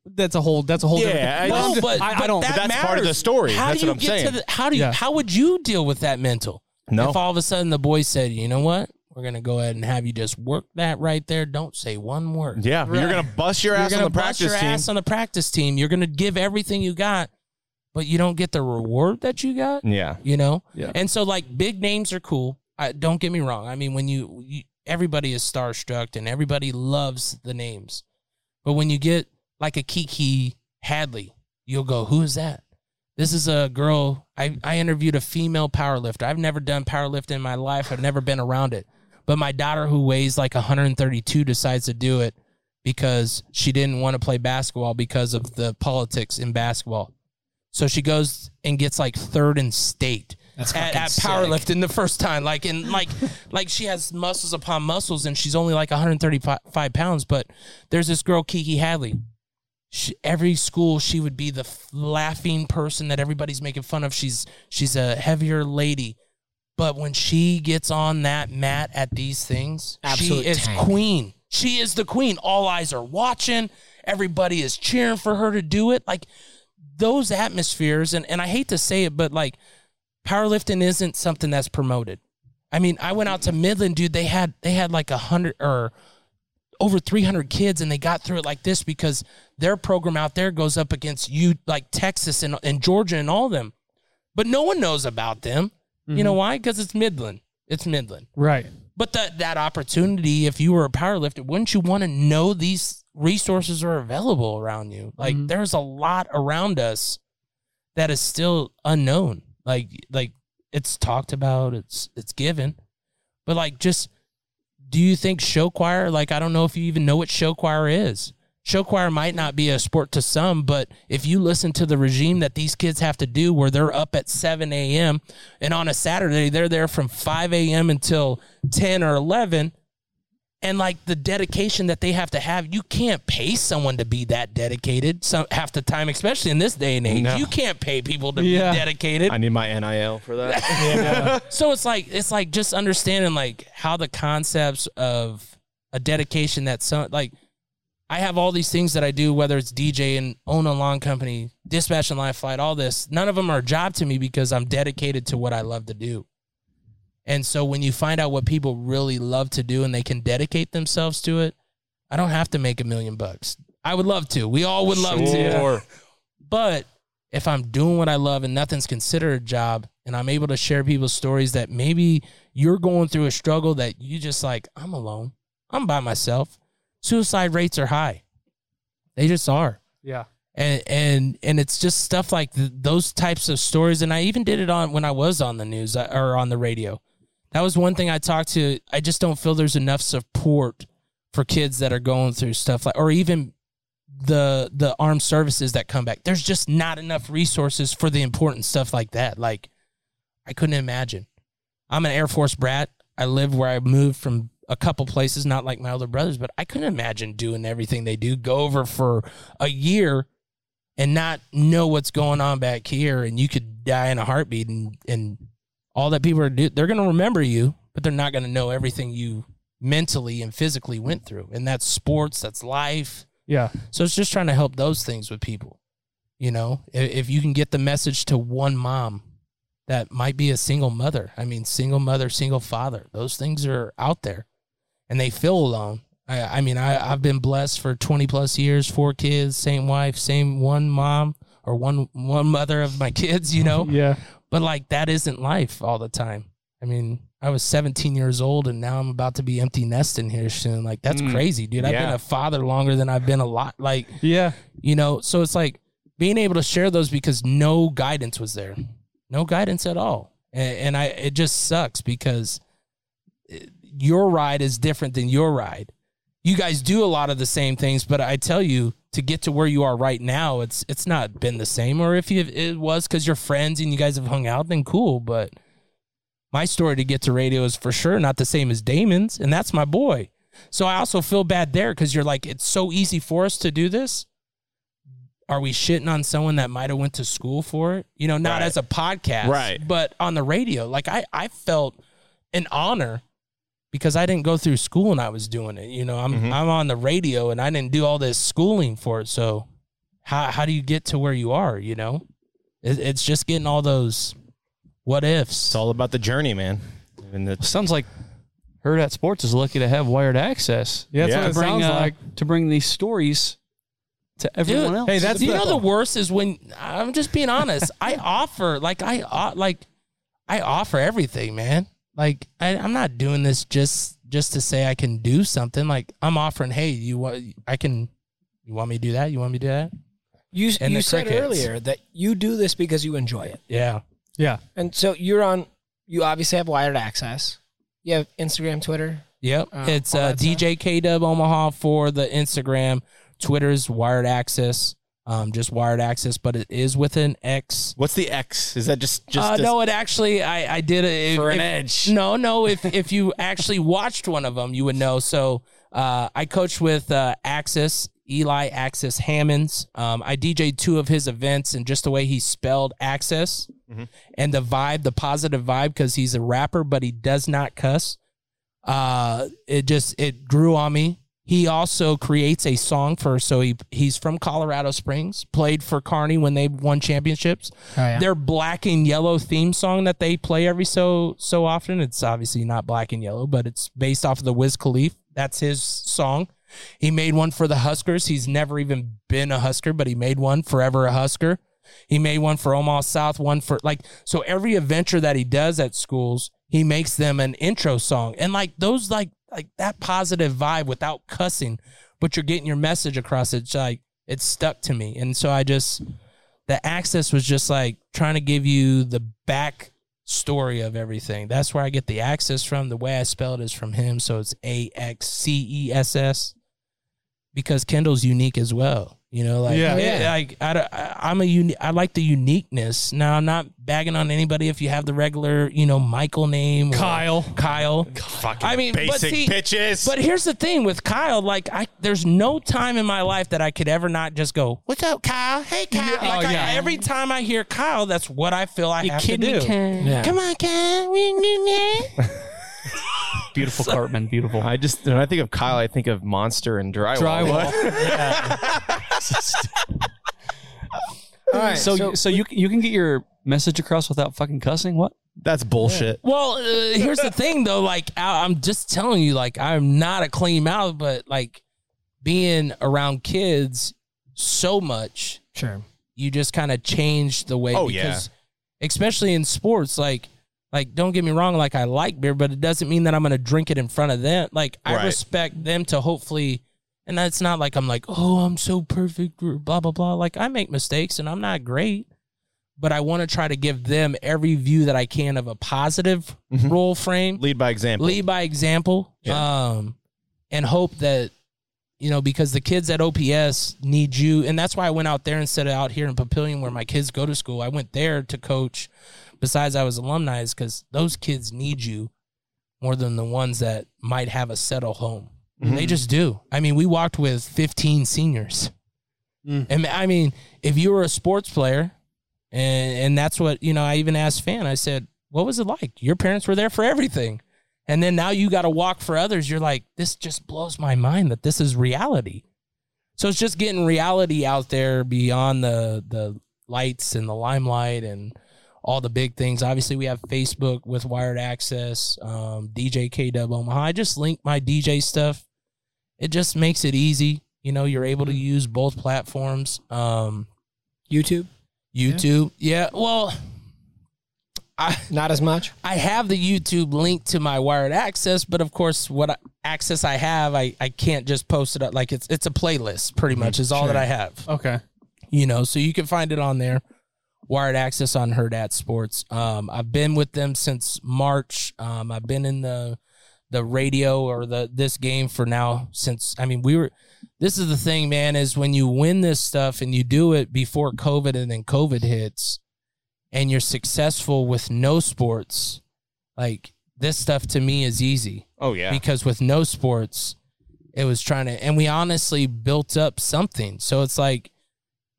S9: that's a whole, that's a whole
S4: Yeah,
S9: different
S4: I-
S9: I'm
S4: No,
S9: just-
S4: but-
S9: I, I
S4: but
S9: don't,
S4: that That's part of the story.
S10: How
S4: That's
S10: do you
S4: what I'm
S10: get
S4: saying.
S10: to the, how do you
S4: Yeah.
S10: how would you deal with that mental?
S4: No.
S10: If all of a sudden the boy said, you know what? We're gonna go ahead and have you just work that right there. Don't say one word.
S4: Yeah, you're gonna bust your
S10: You're
S4: ass on
S10: gonna
S4: the
S10: bust your
S4: practice team.
S10: ass on the practice team. You're gonna give everything you got, but you don't get the reward that you got.
S4: Yeah.
S10: You know?
S4: Mm. Yeah.
S10: And so like big names are cool. I, don't get me wrong. I mean, when you, you everybody is starstruck and everybody loves the names. But when you get like a Kiki Hadley, you'll go, "Who is that?" This is a girl. I, I interviewed a female powerlifter. I've never done powerlifting in my life. I've never been around it. But my daughter, who weighs like 132, decides to do it because she didn't want to play basketball because of the politics in basketball. So she goes and gets like third in state
S11: That's
S10: at,
S11: fucking
S10: at
S11: sick.
S10: powerlifting the first time. Like and like like she has muscles upon muscles, and she's only like 135 pounds. But there's this girl Kiki Hadley. She, every school, she would be the f- laughing person that everybody's making fun of. She's she's a heavier lady, but when she gets on that mat at these things,
S11: Absolute
S10: she is
S11: tank.
S10: queen. She is the queen. All eyes are watching. Everybody is cheering for her to do it. Like those atmospheres, and, and I hate to say it, but like powerlifting isn't something that's promoted. I mean, I went out to Midland, dude. They had they had like a hundred or over 300 kids and they got through it like this because their program out there goes up against you like texas and, and georgia and all them but no one knows about them you know
S9: Mhm.
S10: why because it's midland it's midland
S9: Right.
S10: but that that opportunity if you were a powerlifter wouldn't you want to know these resources are available around you like there's a lot around us that is still unknown like like it's talked about it's it's given but like just do you think show choir like i don't know if you even know what show choir is show choir might not be a sport to some but if you listen to the regime that these kids have to do where they're up at 7 a.m and on a saturday they're there from 5 a.m until 10 or 11 and like the dedication that they have to have you can't pay someone to be that dedicated some half the time especially in this day and age
S4: No.
S10: you can't pay people to
S4: Yeah.
S10: be dedicated
S4: I need my NIL for that.
S10: so it's like it's like just understanding like how the concepts of a dedication that some like I have all these things that I do, whether it's DJ and own a lawn company, dispatch and live flight, all this. None of them are a job to me because I'm dedicated to what I love to do. And so when you find out what people really love to do and they can dedicate themselves to it, I don't have to make a million bucks. I would love to. We all would love
S4: Sure.
S10: to. But if I'm doing what I love and nothing's considered a job and I'm able to share people's stories that maybe you're going through a struggle that you just like, I'm alone. I'm by myself. Suicide rates are high. They just are
S9: Yeah.
S10: and and and it's just stuff like th- those types of stories and i even did it on when i was on the news uh, or on the radio that was one thing i talked to i just don't feel there's enough support for kids that are going through stuff like or even the the armed services that come back there's just not enough resources for the important stuff like that like i couldn't imagine i'm an air force brat i live where i moved from a couple places not like my older brothers but i couldn't imagine doing everything they do go over for a year and not know what's going on back here and you could die in a heartbeat and, and all that people are do they're going to remember you but they're not going to know everything you mentally and physically went through and that's sports that's life
S9: Yeah.
S10: so it's just trying to help those things with people you know I- if, you can get the message to one mom that might be a single mother i mean single mother single father those things are out there and they feel alone i, I mean I, i've been blessed for 20 plus years four kids same wife same one mom or one one mother of my kids you know
S9: yeah
S10: but like that isn't life all the time i mean i was 17 years old and now i'm about to be empty nesting here soon like that's
S9: Mm.
S10: crazy dude i've
S9: Yeah.
S10: been a father longer than i've been a lot like
S9: Yeah.
S10: you know so it's like being able to share those because no guidance was there no guidance at all and, and i it just sucks because it- your ride is different than your ride you guys do a lot of the same things but i tell you to get to where you are right now it's it's not been the same or if you it was because you're friends and you guys have hung out then cool but my story to get to radio is for sure not the same as Damon's, and that's my boy. So I also feel bad there because you're like, it's so easy for us to do this. Are we shitting on someone that might have went to school for it? You know, not as a podcast,
S4: Right.
S10: But on the radio, like I, I felt an honor because I didn't go through school and I was doing it. You know, I'm I'm on the radio and I didn't do all this schooling for it. So how how do you get to where you are? You know, it, it's just getting all those what ifs. It's
S4: all about the journey, man. And the-
S8: Sounds like Herd at Sports is lucky to have wired access.
S4: Yeah, that's what
S8: To
S4: it
S8: bring, uh,
S4: sounds
S9: like.
S8: To bring these stories to everyone
S10: Dude,
S8: else.
S10: Hey, that's you know the worst is when I'm just being honest. I offer like I o- like I offer everything, man. Like I, I'm not doing this just just to say I can do something. Like I'm offering, hey, you want I can. You want me to do that? You want me to do that?
S11: You,
S10: And
S11: you
S10: the
S11: said
S10: crickets.
S11: earlier that you do this because you enjoy it.
S10: Yeah.
S9: Yeah.
S11: And so you're on, you obviously have wired access. You have Instagram, Twitter.
S10: Yep.
S11: Oh,
S10: it's
S11: all
S10: uh,
S11: that's
S10: DJ K Dub Omaha for the Instagram. Twitter's Wired Access. Um, just Wired Access, but it is with an X.
S4: What's the X? Is that just just
S10: uh,
S4: a-
S10: no, it actually I I did a,
S4: For an
S10: edge. No, no. If if you actually watched one of them, you would know. So uh, I coached with uh, Axis Eli Axis Hammonds. Um, I DJ'd two of his events, and just the way he spelled Axis
S14: Mhm.
S10: and the vibe, the positive vibe, because he's a rapper, but he does not cuss. Uh, it just it grew on me. He also creates a song for so he he's from Colorado Springs, played for Carney when they won championships
S11: Oh, yeah.
S10: their black and yellow theme song that they play every so so often. It's obviously not black and yellow, but it's based off of the Wiz Khalif. That's his song. He made one for the Huskers. He's never even been a Husker, but he made one forever a Husker. He made one for Omaha South, one for like so every adventure that he does at schools, he makes them an intro song. And like those like like that positive vibe without cussing, but you're getting your message across. It's like it stuck to me. And so I just the access was just like trying to give you the back story of everything. That's where I get the access from. The way I spell it is from him, so it's A X C E S S. Because Kendall's unique as well, you know. Like,
S9: Yeah.
S10: yeah,
S9: Yeah.
S10: like I, don't- I, I'm a unique. I like the uniqueness. Now, I'm not bagging on anybody if you have the regular, you know, Michael name, Kyle, Kyle.
S4: Fucking
S10: I mean, but
S4: basic
S10: see,
S4: pitches.
S10: But here's the thing with Kyle, like I there's no time in my life that I could ever not just go, What's up, Kyle? Hey Kyle. Like, I- every time I hear Kyle, that's what I feel I have to
S14: kidding
S10: do.
S14: me, Kyle? Yeah.
S10: Come on, Kyle. We knew that.
S4: Beautiful Cartman, beautiful. I just when I think of Kyle, I think of monster and drywall.
S10: All right,
S8: so,
S10: so-
S8: so you you can get your message across without fucking cussing. What?
S4: That's bullshit.
S10: Well, uh, here's the thing though. Like I, I'm just telling you, like I'm not a clean mouth, but like being around kids so much,
S11: sure,
S10: you just kind of change the way.
S11: Oh, yeah.
S10: especially in sports, like like don't get me wrong, like I like beer, but it doesn't mean that I'm gonna drink it in front of them. Like I
S11: Right.
S10: respect them to hopefully. And that's not like I'm like, oh, I'm so perfect, or blah, blah, blah. Like, I make mistakes and I'm not great but I want to try to give them every view that I can of a positive
S11: Mm-hmm.
S10: role frame.
S4: Lead by example.
S10: Lead by example. Um, and hope that, you know, because the kids at OPS need you. And that's why I went out there instead of out here in Papillion where my kids go to school. I went there to coach, besides I was alumni, is because those kids need you more than the ones that might have a settle home. They
S11: Mhm.
S10: just do. I mean, we walked with 15 seniors. And I mean, if you were a sports player, and and that's what you know, I even asked Fan. I said, "What was it like? Your parents were there for everything, and then now you got to walk for others. You're like, this just blows my mind that this is reality. So it's just getting reality out there beyond the the lights and the limelight and all the big things. Obviously, we have Facebook with Wired Access, um, DJ K Dub Omaha. I just link my DJ stuff it just makes it easy. You know, you're able to use both platforms. Um,
S11: YouTube,
S10: YouTube, yeah. Well, I
S11: not as much.
S10: I have the YouTube link to my wired access, but of course, what I- access I have, I I can't just post it up. Like it's it's a playlist, pretty much is all that I have.
S9: Okay.
S10: You know, so you can find it on there. Wired access on Herd at Sports. Um, I've been with them since March. Um, I've been in the the radio or the this game for now since I mean we were. This is the thing, man. Is when you win this stuff and you do it before COVID and then COVID hits, and you're successful with no sports, like this stuff to me is easy.
S4: Oh, yeah.
S10: Because with no sports, it was trying to and we honestly built up something. So it's like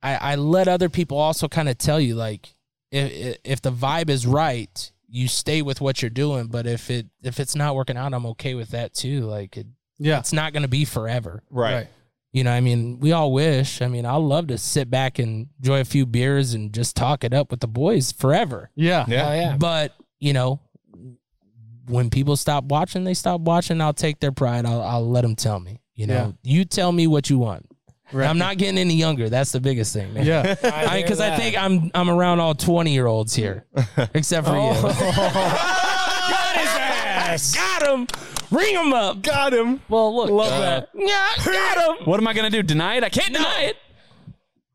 S10: I, I let other people also kind of tell you like if if the vibe is right, you stay with what you're doing. But if it if it's not working out, I'm okay with that too. Like it
S9: yeah.
S10: it's not gonna be forever.
S4: Right. Right.
S10: You know, I mean, we all wish. I mean, I love to sit back and enjoy a few beers and just talk it up with the boys forever.
S9: Yeah.
S11: Yeah. Oh, yeah.
S10: But, you know, when people stop watching, they stop watching. I'll take their pride. I'll, I'll let them tell me, you know, you tell me what you want. I'm not getting any younger. That's the biggest thing. Man.
S9: Yeah.
S10: I because I think I'm I'm around all 20 year olds here, except for
S8: Oh.
S10: you. Got him. Ring him up.
S4: Got him.
S8: Well, look.
S10: Love
S8: that.
S10: Yeah, got him.
S8: What am I gonna do? Deny it? I can't deny it.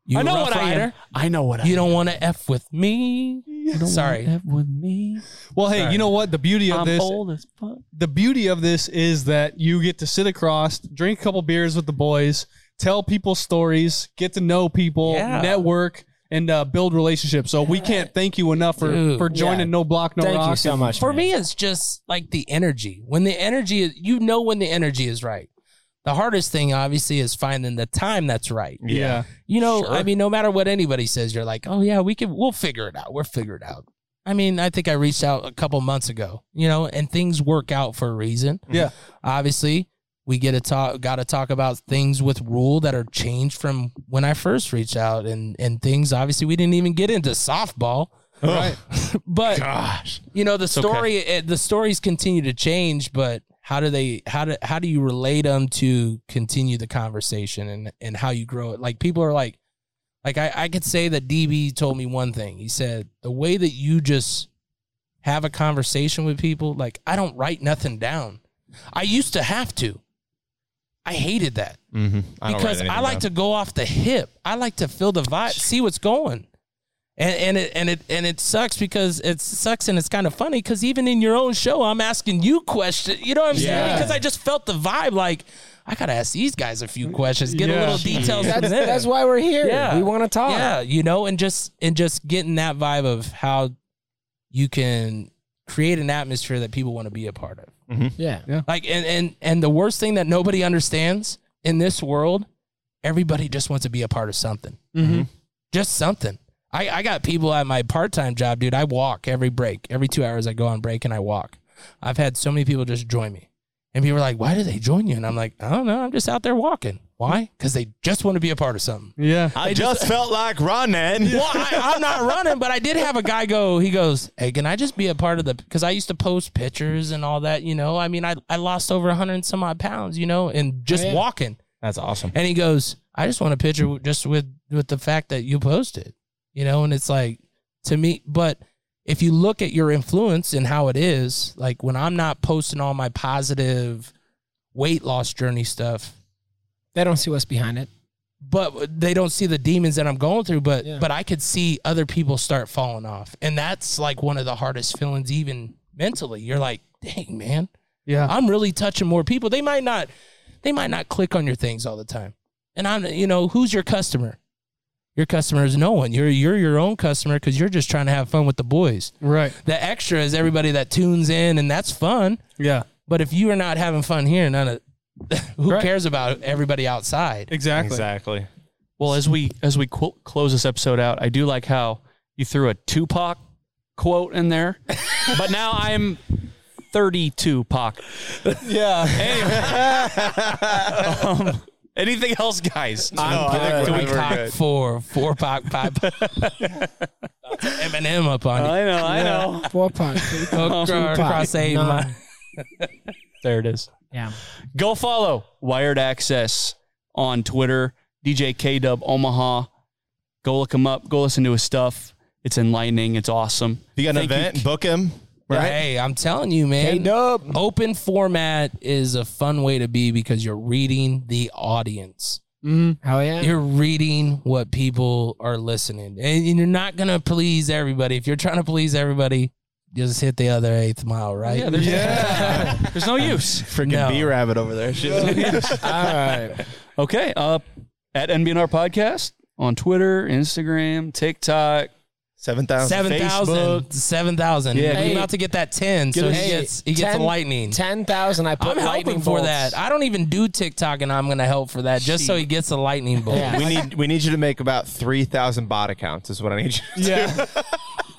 S10: You
S8: I know
S10: Rough
S8: what I am.
S10: Rider.
S8: I know what I
S10: You don't want to f with me.
S9: You
S10: don't Sorry.
S8: want that with me.
S9: Well, hey,
S8: Sorry.
S9: you know what? The beauty of
S8: I'm
S9: this,
S8: old as fuck.
S9: the beauty of this is that you get to sit across, drink a couple beers with the boys, tell people stories, get to know people,
S8: Yeah.
S9: network, and uh, build relationships. So we can't thank you enough for,
S10: Dude.
S9: for joining
S10: Yeah.
S9: No Block No Rock. And-
S10: For me, it's just like the energy. When the energy is, you know, when the energy is right. The hardest thing, obviously, is finding the time that's right.
S9: Yeah.
S10: You know, I mean, no matter what anybody says, you're like, oh, yeah, we can, we'll figure it out. We'll figure it out. I mean, I think I reached out a couple months ago, you know, and things work out for a reason.
S9: Yeah.
S10: Obviously, we get to talk, got to talk about things with rule that are changed from when I first reached out and, and things, obviously, we didn't even get into softball.
S9: Right.
S10: but
S1: gosh
S10: you know the
S1: okay.
S10: story eh, the stories continue to change but how do they how do how do you relate them to continue the conversation and and how you grow it like people are like like I, I could say that db told me one thing he said the way that you just have a conversation with people like i don't write nothing down i used to have to i hated that
S4: Mm-hmm.
S10: because I like to go off the hip. I like to feel the vibe, see what's going. And, and it and it and it sucks because it sucks and it's kind of funny because even in your own show I'm asking you questions you know what I'm saying
S11: Yeah.
S10: because I just felt the vibe like I gotta ask these guys a few questions get a
S11: Yeah.
S10: little details
S11: That's-
S10: from them
S11: that's why we're here. We wanna talk.
S10: yeah you know and just and just getting that vibe of how you can create an atmosphere that people want to be a part of
S11: Yeah.
S10: like and and and the worst thing that nobody understands in this world, everybody just wants to be a part of something.
S9: Mhm.
S10: Just something. I, I got people at my part time job, dude. I walk every break. Every two hours I go on break and I walk. I've had so many people just join me. And people are like, why do they join you? And I'm like, I don't know. I'm just out there walking. Why? Because they just want to be a part of something.
S9: Yeah.
S4: I
S10: They
S4: just, felt like running.
S10: well, I, I'm not running, but I did have a guy go. He goes, "Hey, can I just be a part of the?" Because I used to post pictures and all that. You know, I mean, I I lost over 100 and some odd pounds. You know, and just
S4: Oh, yeah.
S10: walking.
S4: That's awesome.
S10: And he goes, "I just want a picture w- just with with the fact that you posted." You know, and it's like to me, but if you look at your influence and how it is, like when I'm not posting all my positive weight loss journey stuff,
S11: They don't see what's behind it.
S10: but they don't see the demons that I'm going through. But
S11: Yeah.
S10: but I could see other people start falling off, and that's like one of the hardest feelings, even mentally. You're like, dang man,
S9: yeah,
S10: I'm really touching more people. They might not, they might not click on your things all the time, and I'm you know who's your customer? Your customer is no one. You're you're your own customer because you're just trying to have fun with the boys.
S9: Right.
S10: The extra is everybody that tunes in, and that's fun.
S9: Yeah.
S10: But if you are not having fun here, none of who cares about everybody outside?
S9: Exactly.
S4: Exactly.
S8: Well, as we as we qu- close this episode out, I do like how you threw a Tupac quote in there, but now I'm 32 Pac.
S9: Yeah.
S8: Anyway, um, anything else, guys?
S10: I'm no, cock four, four pack pipe. Eminem up on you.
S8: I know, I know.
S11: Four punk.
S10: Oh, cr- cross eight my-
S8: There it is.
S11: Yeah.
S8: Go follow Wired Access on Twitter, DJ K Dub Omaha. Go look him up. Go listen to his stuff. It's enlightening. It's awesome.
S4: You got an
S8: Thank
S4: event, book him. Right?
S10: Hey, I'm telling you, man. Open format is a fun way to be because you're reading the audience.
S11: Hell yeah.
S10: You're reading what people are listening, and you're not gonna please everybody. If you're trying to please everybody, just hit the other eighth mile, right?
S8: Yeah, there's, there's no use.
S4: Freaking
S10: No.
S4: bee rabbit over there. Shit.
S11: All right.
S8: Okay. Uh, at NBNR Podcast on Twitter, Instagram, TikTok.
S4: 7,000.
S10: Seven
S4: Facebook.
S10: thousand, seven thousand.
S8: Yeah,
S10: Yeah,
S8: hey.
S10: he's about to get that ten, so he gets he gets a lightning.
S11: Ten thousand. I put
S10: I'm
S11: lightning
S10: helping for
S11: bolts.
S10: that. I don't even do TikTok, and I'm going to help for that just so he gets a lightning bolt.
S11: Yeah.
S4: We need we need you to make about 3,000 bot accounts is what I need you to
S9: Yeah.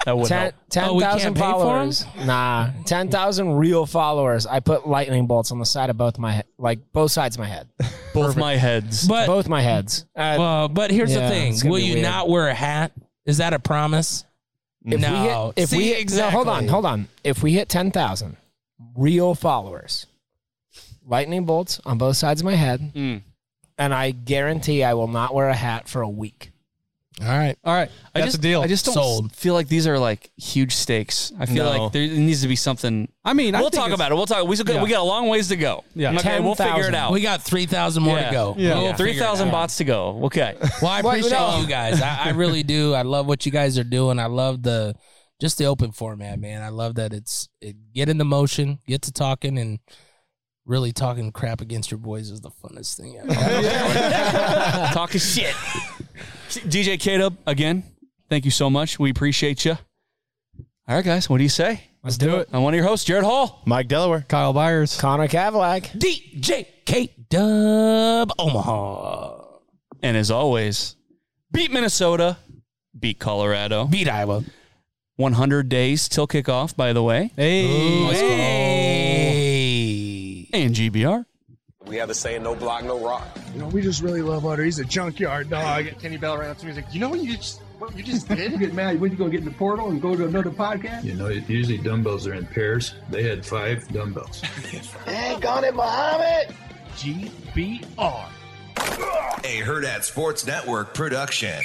S8: That would
S11: Ten
S8: help.
S10: Oh,
S11: ten
S10: we
S11: thousand
S10: can't pay for 'em?
S11: followers. Nah, ten thousand real followers. I put lightning bolts on the side of both my he- like both sides of my head,
S8: Both my heads.
S10: But
S11: both my heads. Uh,
S10: uh, but here's
S11: Yeah,
S10: the thing:
S11: it's gonna
S10: Will
S11: be
S10: you
S11: weird.
S10: not wear a hat? Is that a promise?
S11: if
S10: no.
S11: we hit, if
S10: See,
S11: we
S10: exactly.
S11: no, hold on, hold on. If we hit ten thousand real followers, lightning bolts on both sides of my head,
S10: Hmm.
S8: Mm.
S11: and I guarantee I will not wear a hat for a week.
S10: All right.
S9: All right.
S8: I
S9: That's
S8: just,
S9: a deal.
S8: I just don't
S10: Sold.
S8: feel like these are like huge stakes. I feel
S4: No.
S8: like there needs to be something.
S9: I mean, I
S8: we'll
S9: think
S8: talk
S9: it's-
S8: about it. We'll talk. We still got, we
S9: Yeah.
S8: got a long ways to go.
S9: Yeah.
S8: Okay, we'll figure it
S11: 10,000.
S8: out.
S10: We got three thousand more
S8: Yeah.
S10: to go.
S9: Yeah.
S10: We'll
S9: Yeah.
S10: figure it
S8: 3,000
S10: out.
S8: bots to go. Okay.
S10: Well, I
S11: What-
S10: appreciate
S11: no.
S10: you guys. I, I really do. I love what you guys are doing. I love the just the open format, man. I love that it's it, get in the motion, get to talking, and really talking crap against your boys is the funnest thing ever.
S8: Talking shit. DJ K-Dub, again, thank you so much. We appreciate you. All right, guys, what do you say? Let's do it. I'm one of your hosts, Jared Hall.
S4: Mike Delaware.
S9: Kyle Byers.
S11: Connor Cadillac.
S10: DJ K-Dub Omaha.
S8: And as always, beat Minnesota, beat Colorado,
S10: beat Iowa.
S8: 100 days till kickoff, by the way.
S9: Hey.
S8: Let's go. And GBR.
S3: We have the saying, no block, no rock.
S5: You know, we just really love Otter. He's a junkyard dog. Kenny Bell ran up to me. He's like, you know what you just what you just did?
S6: You get mad when you gonna get in the portal and go to another podcast?
S7: You know, usually dumbbells are in pairs. They had five dumbbells.
S5: Doggone it, Muhammad.
S14: GBR.
S15: A Herd at Sports Network production.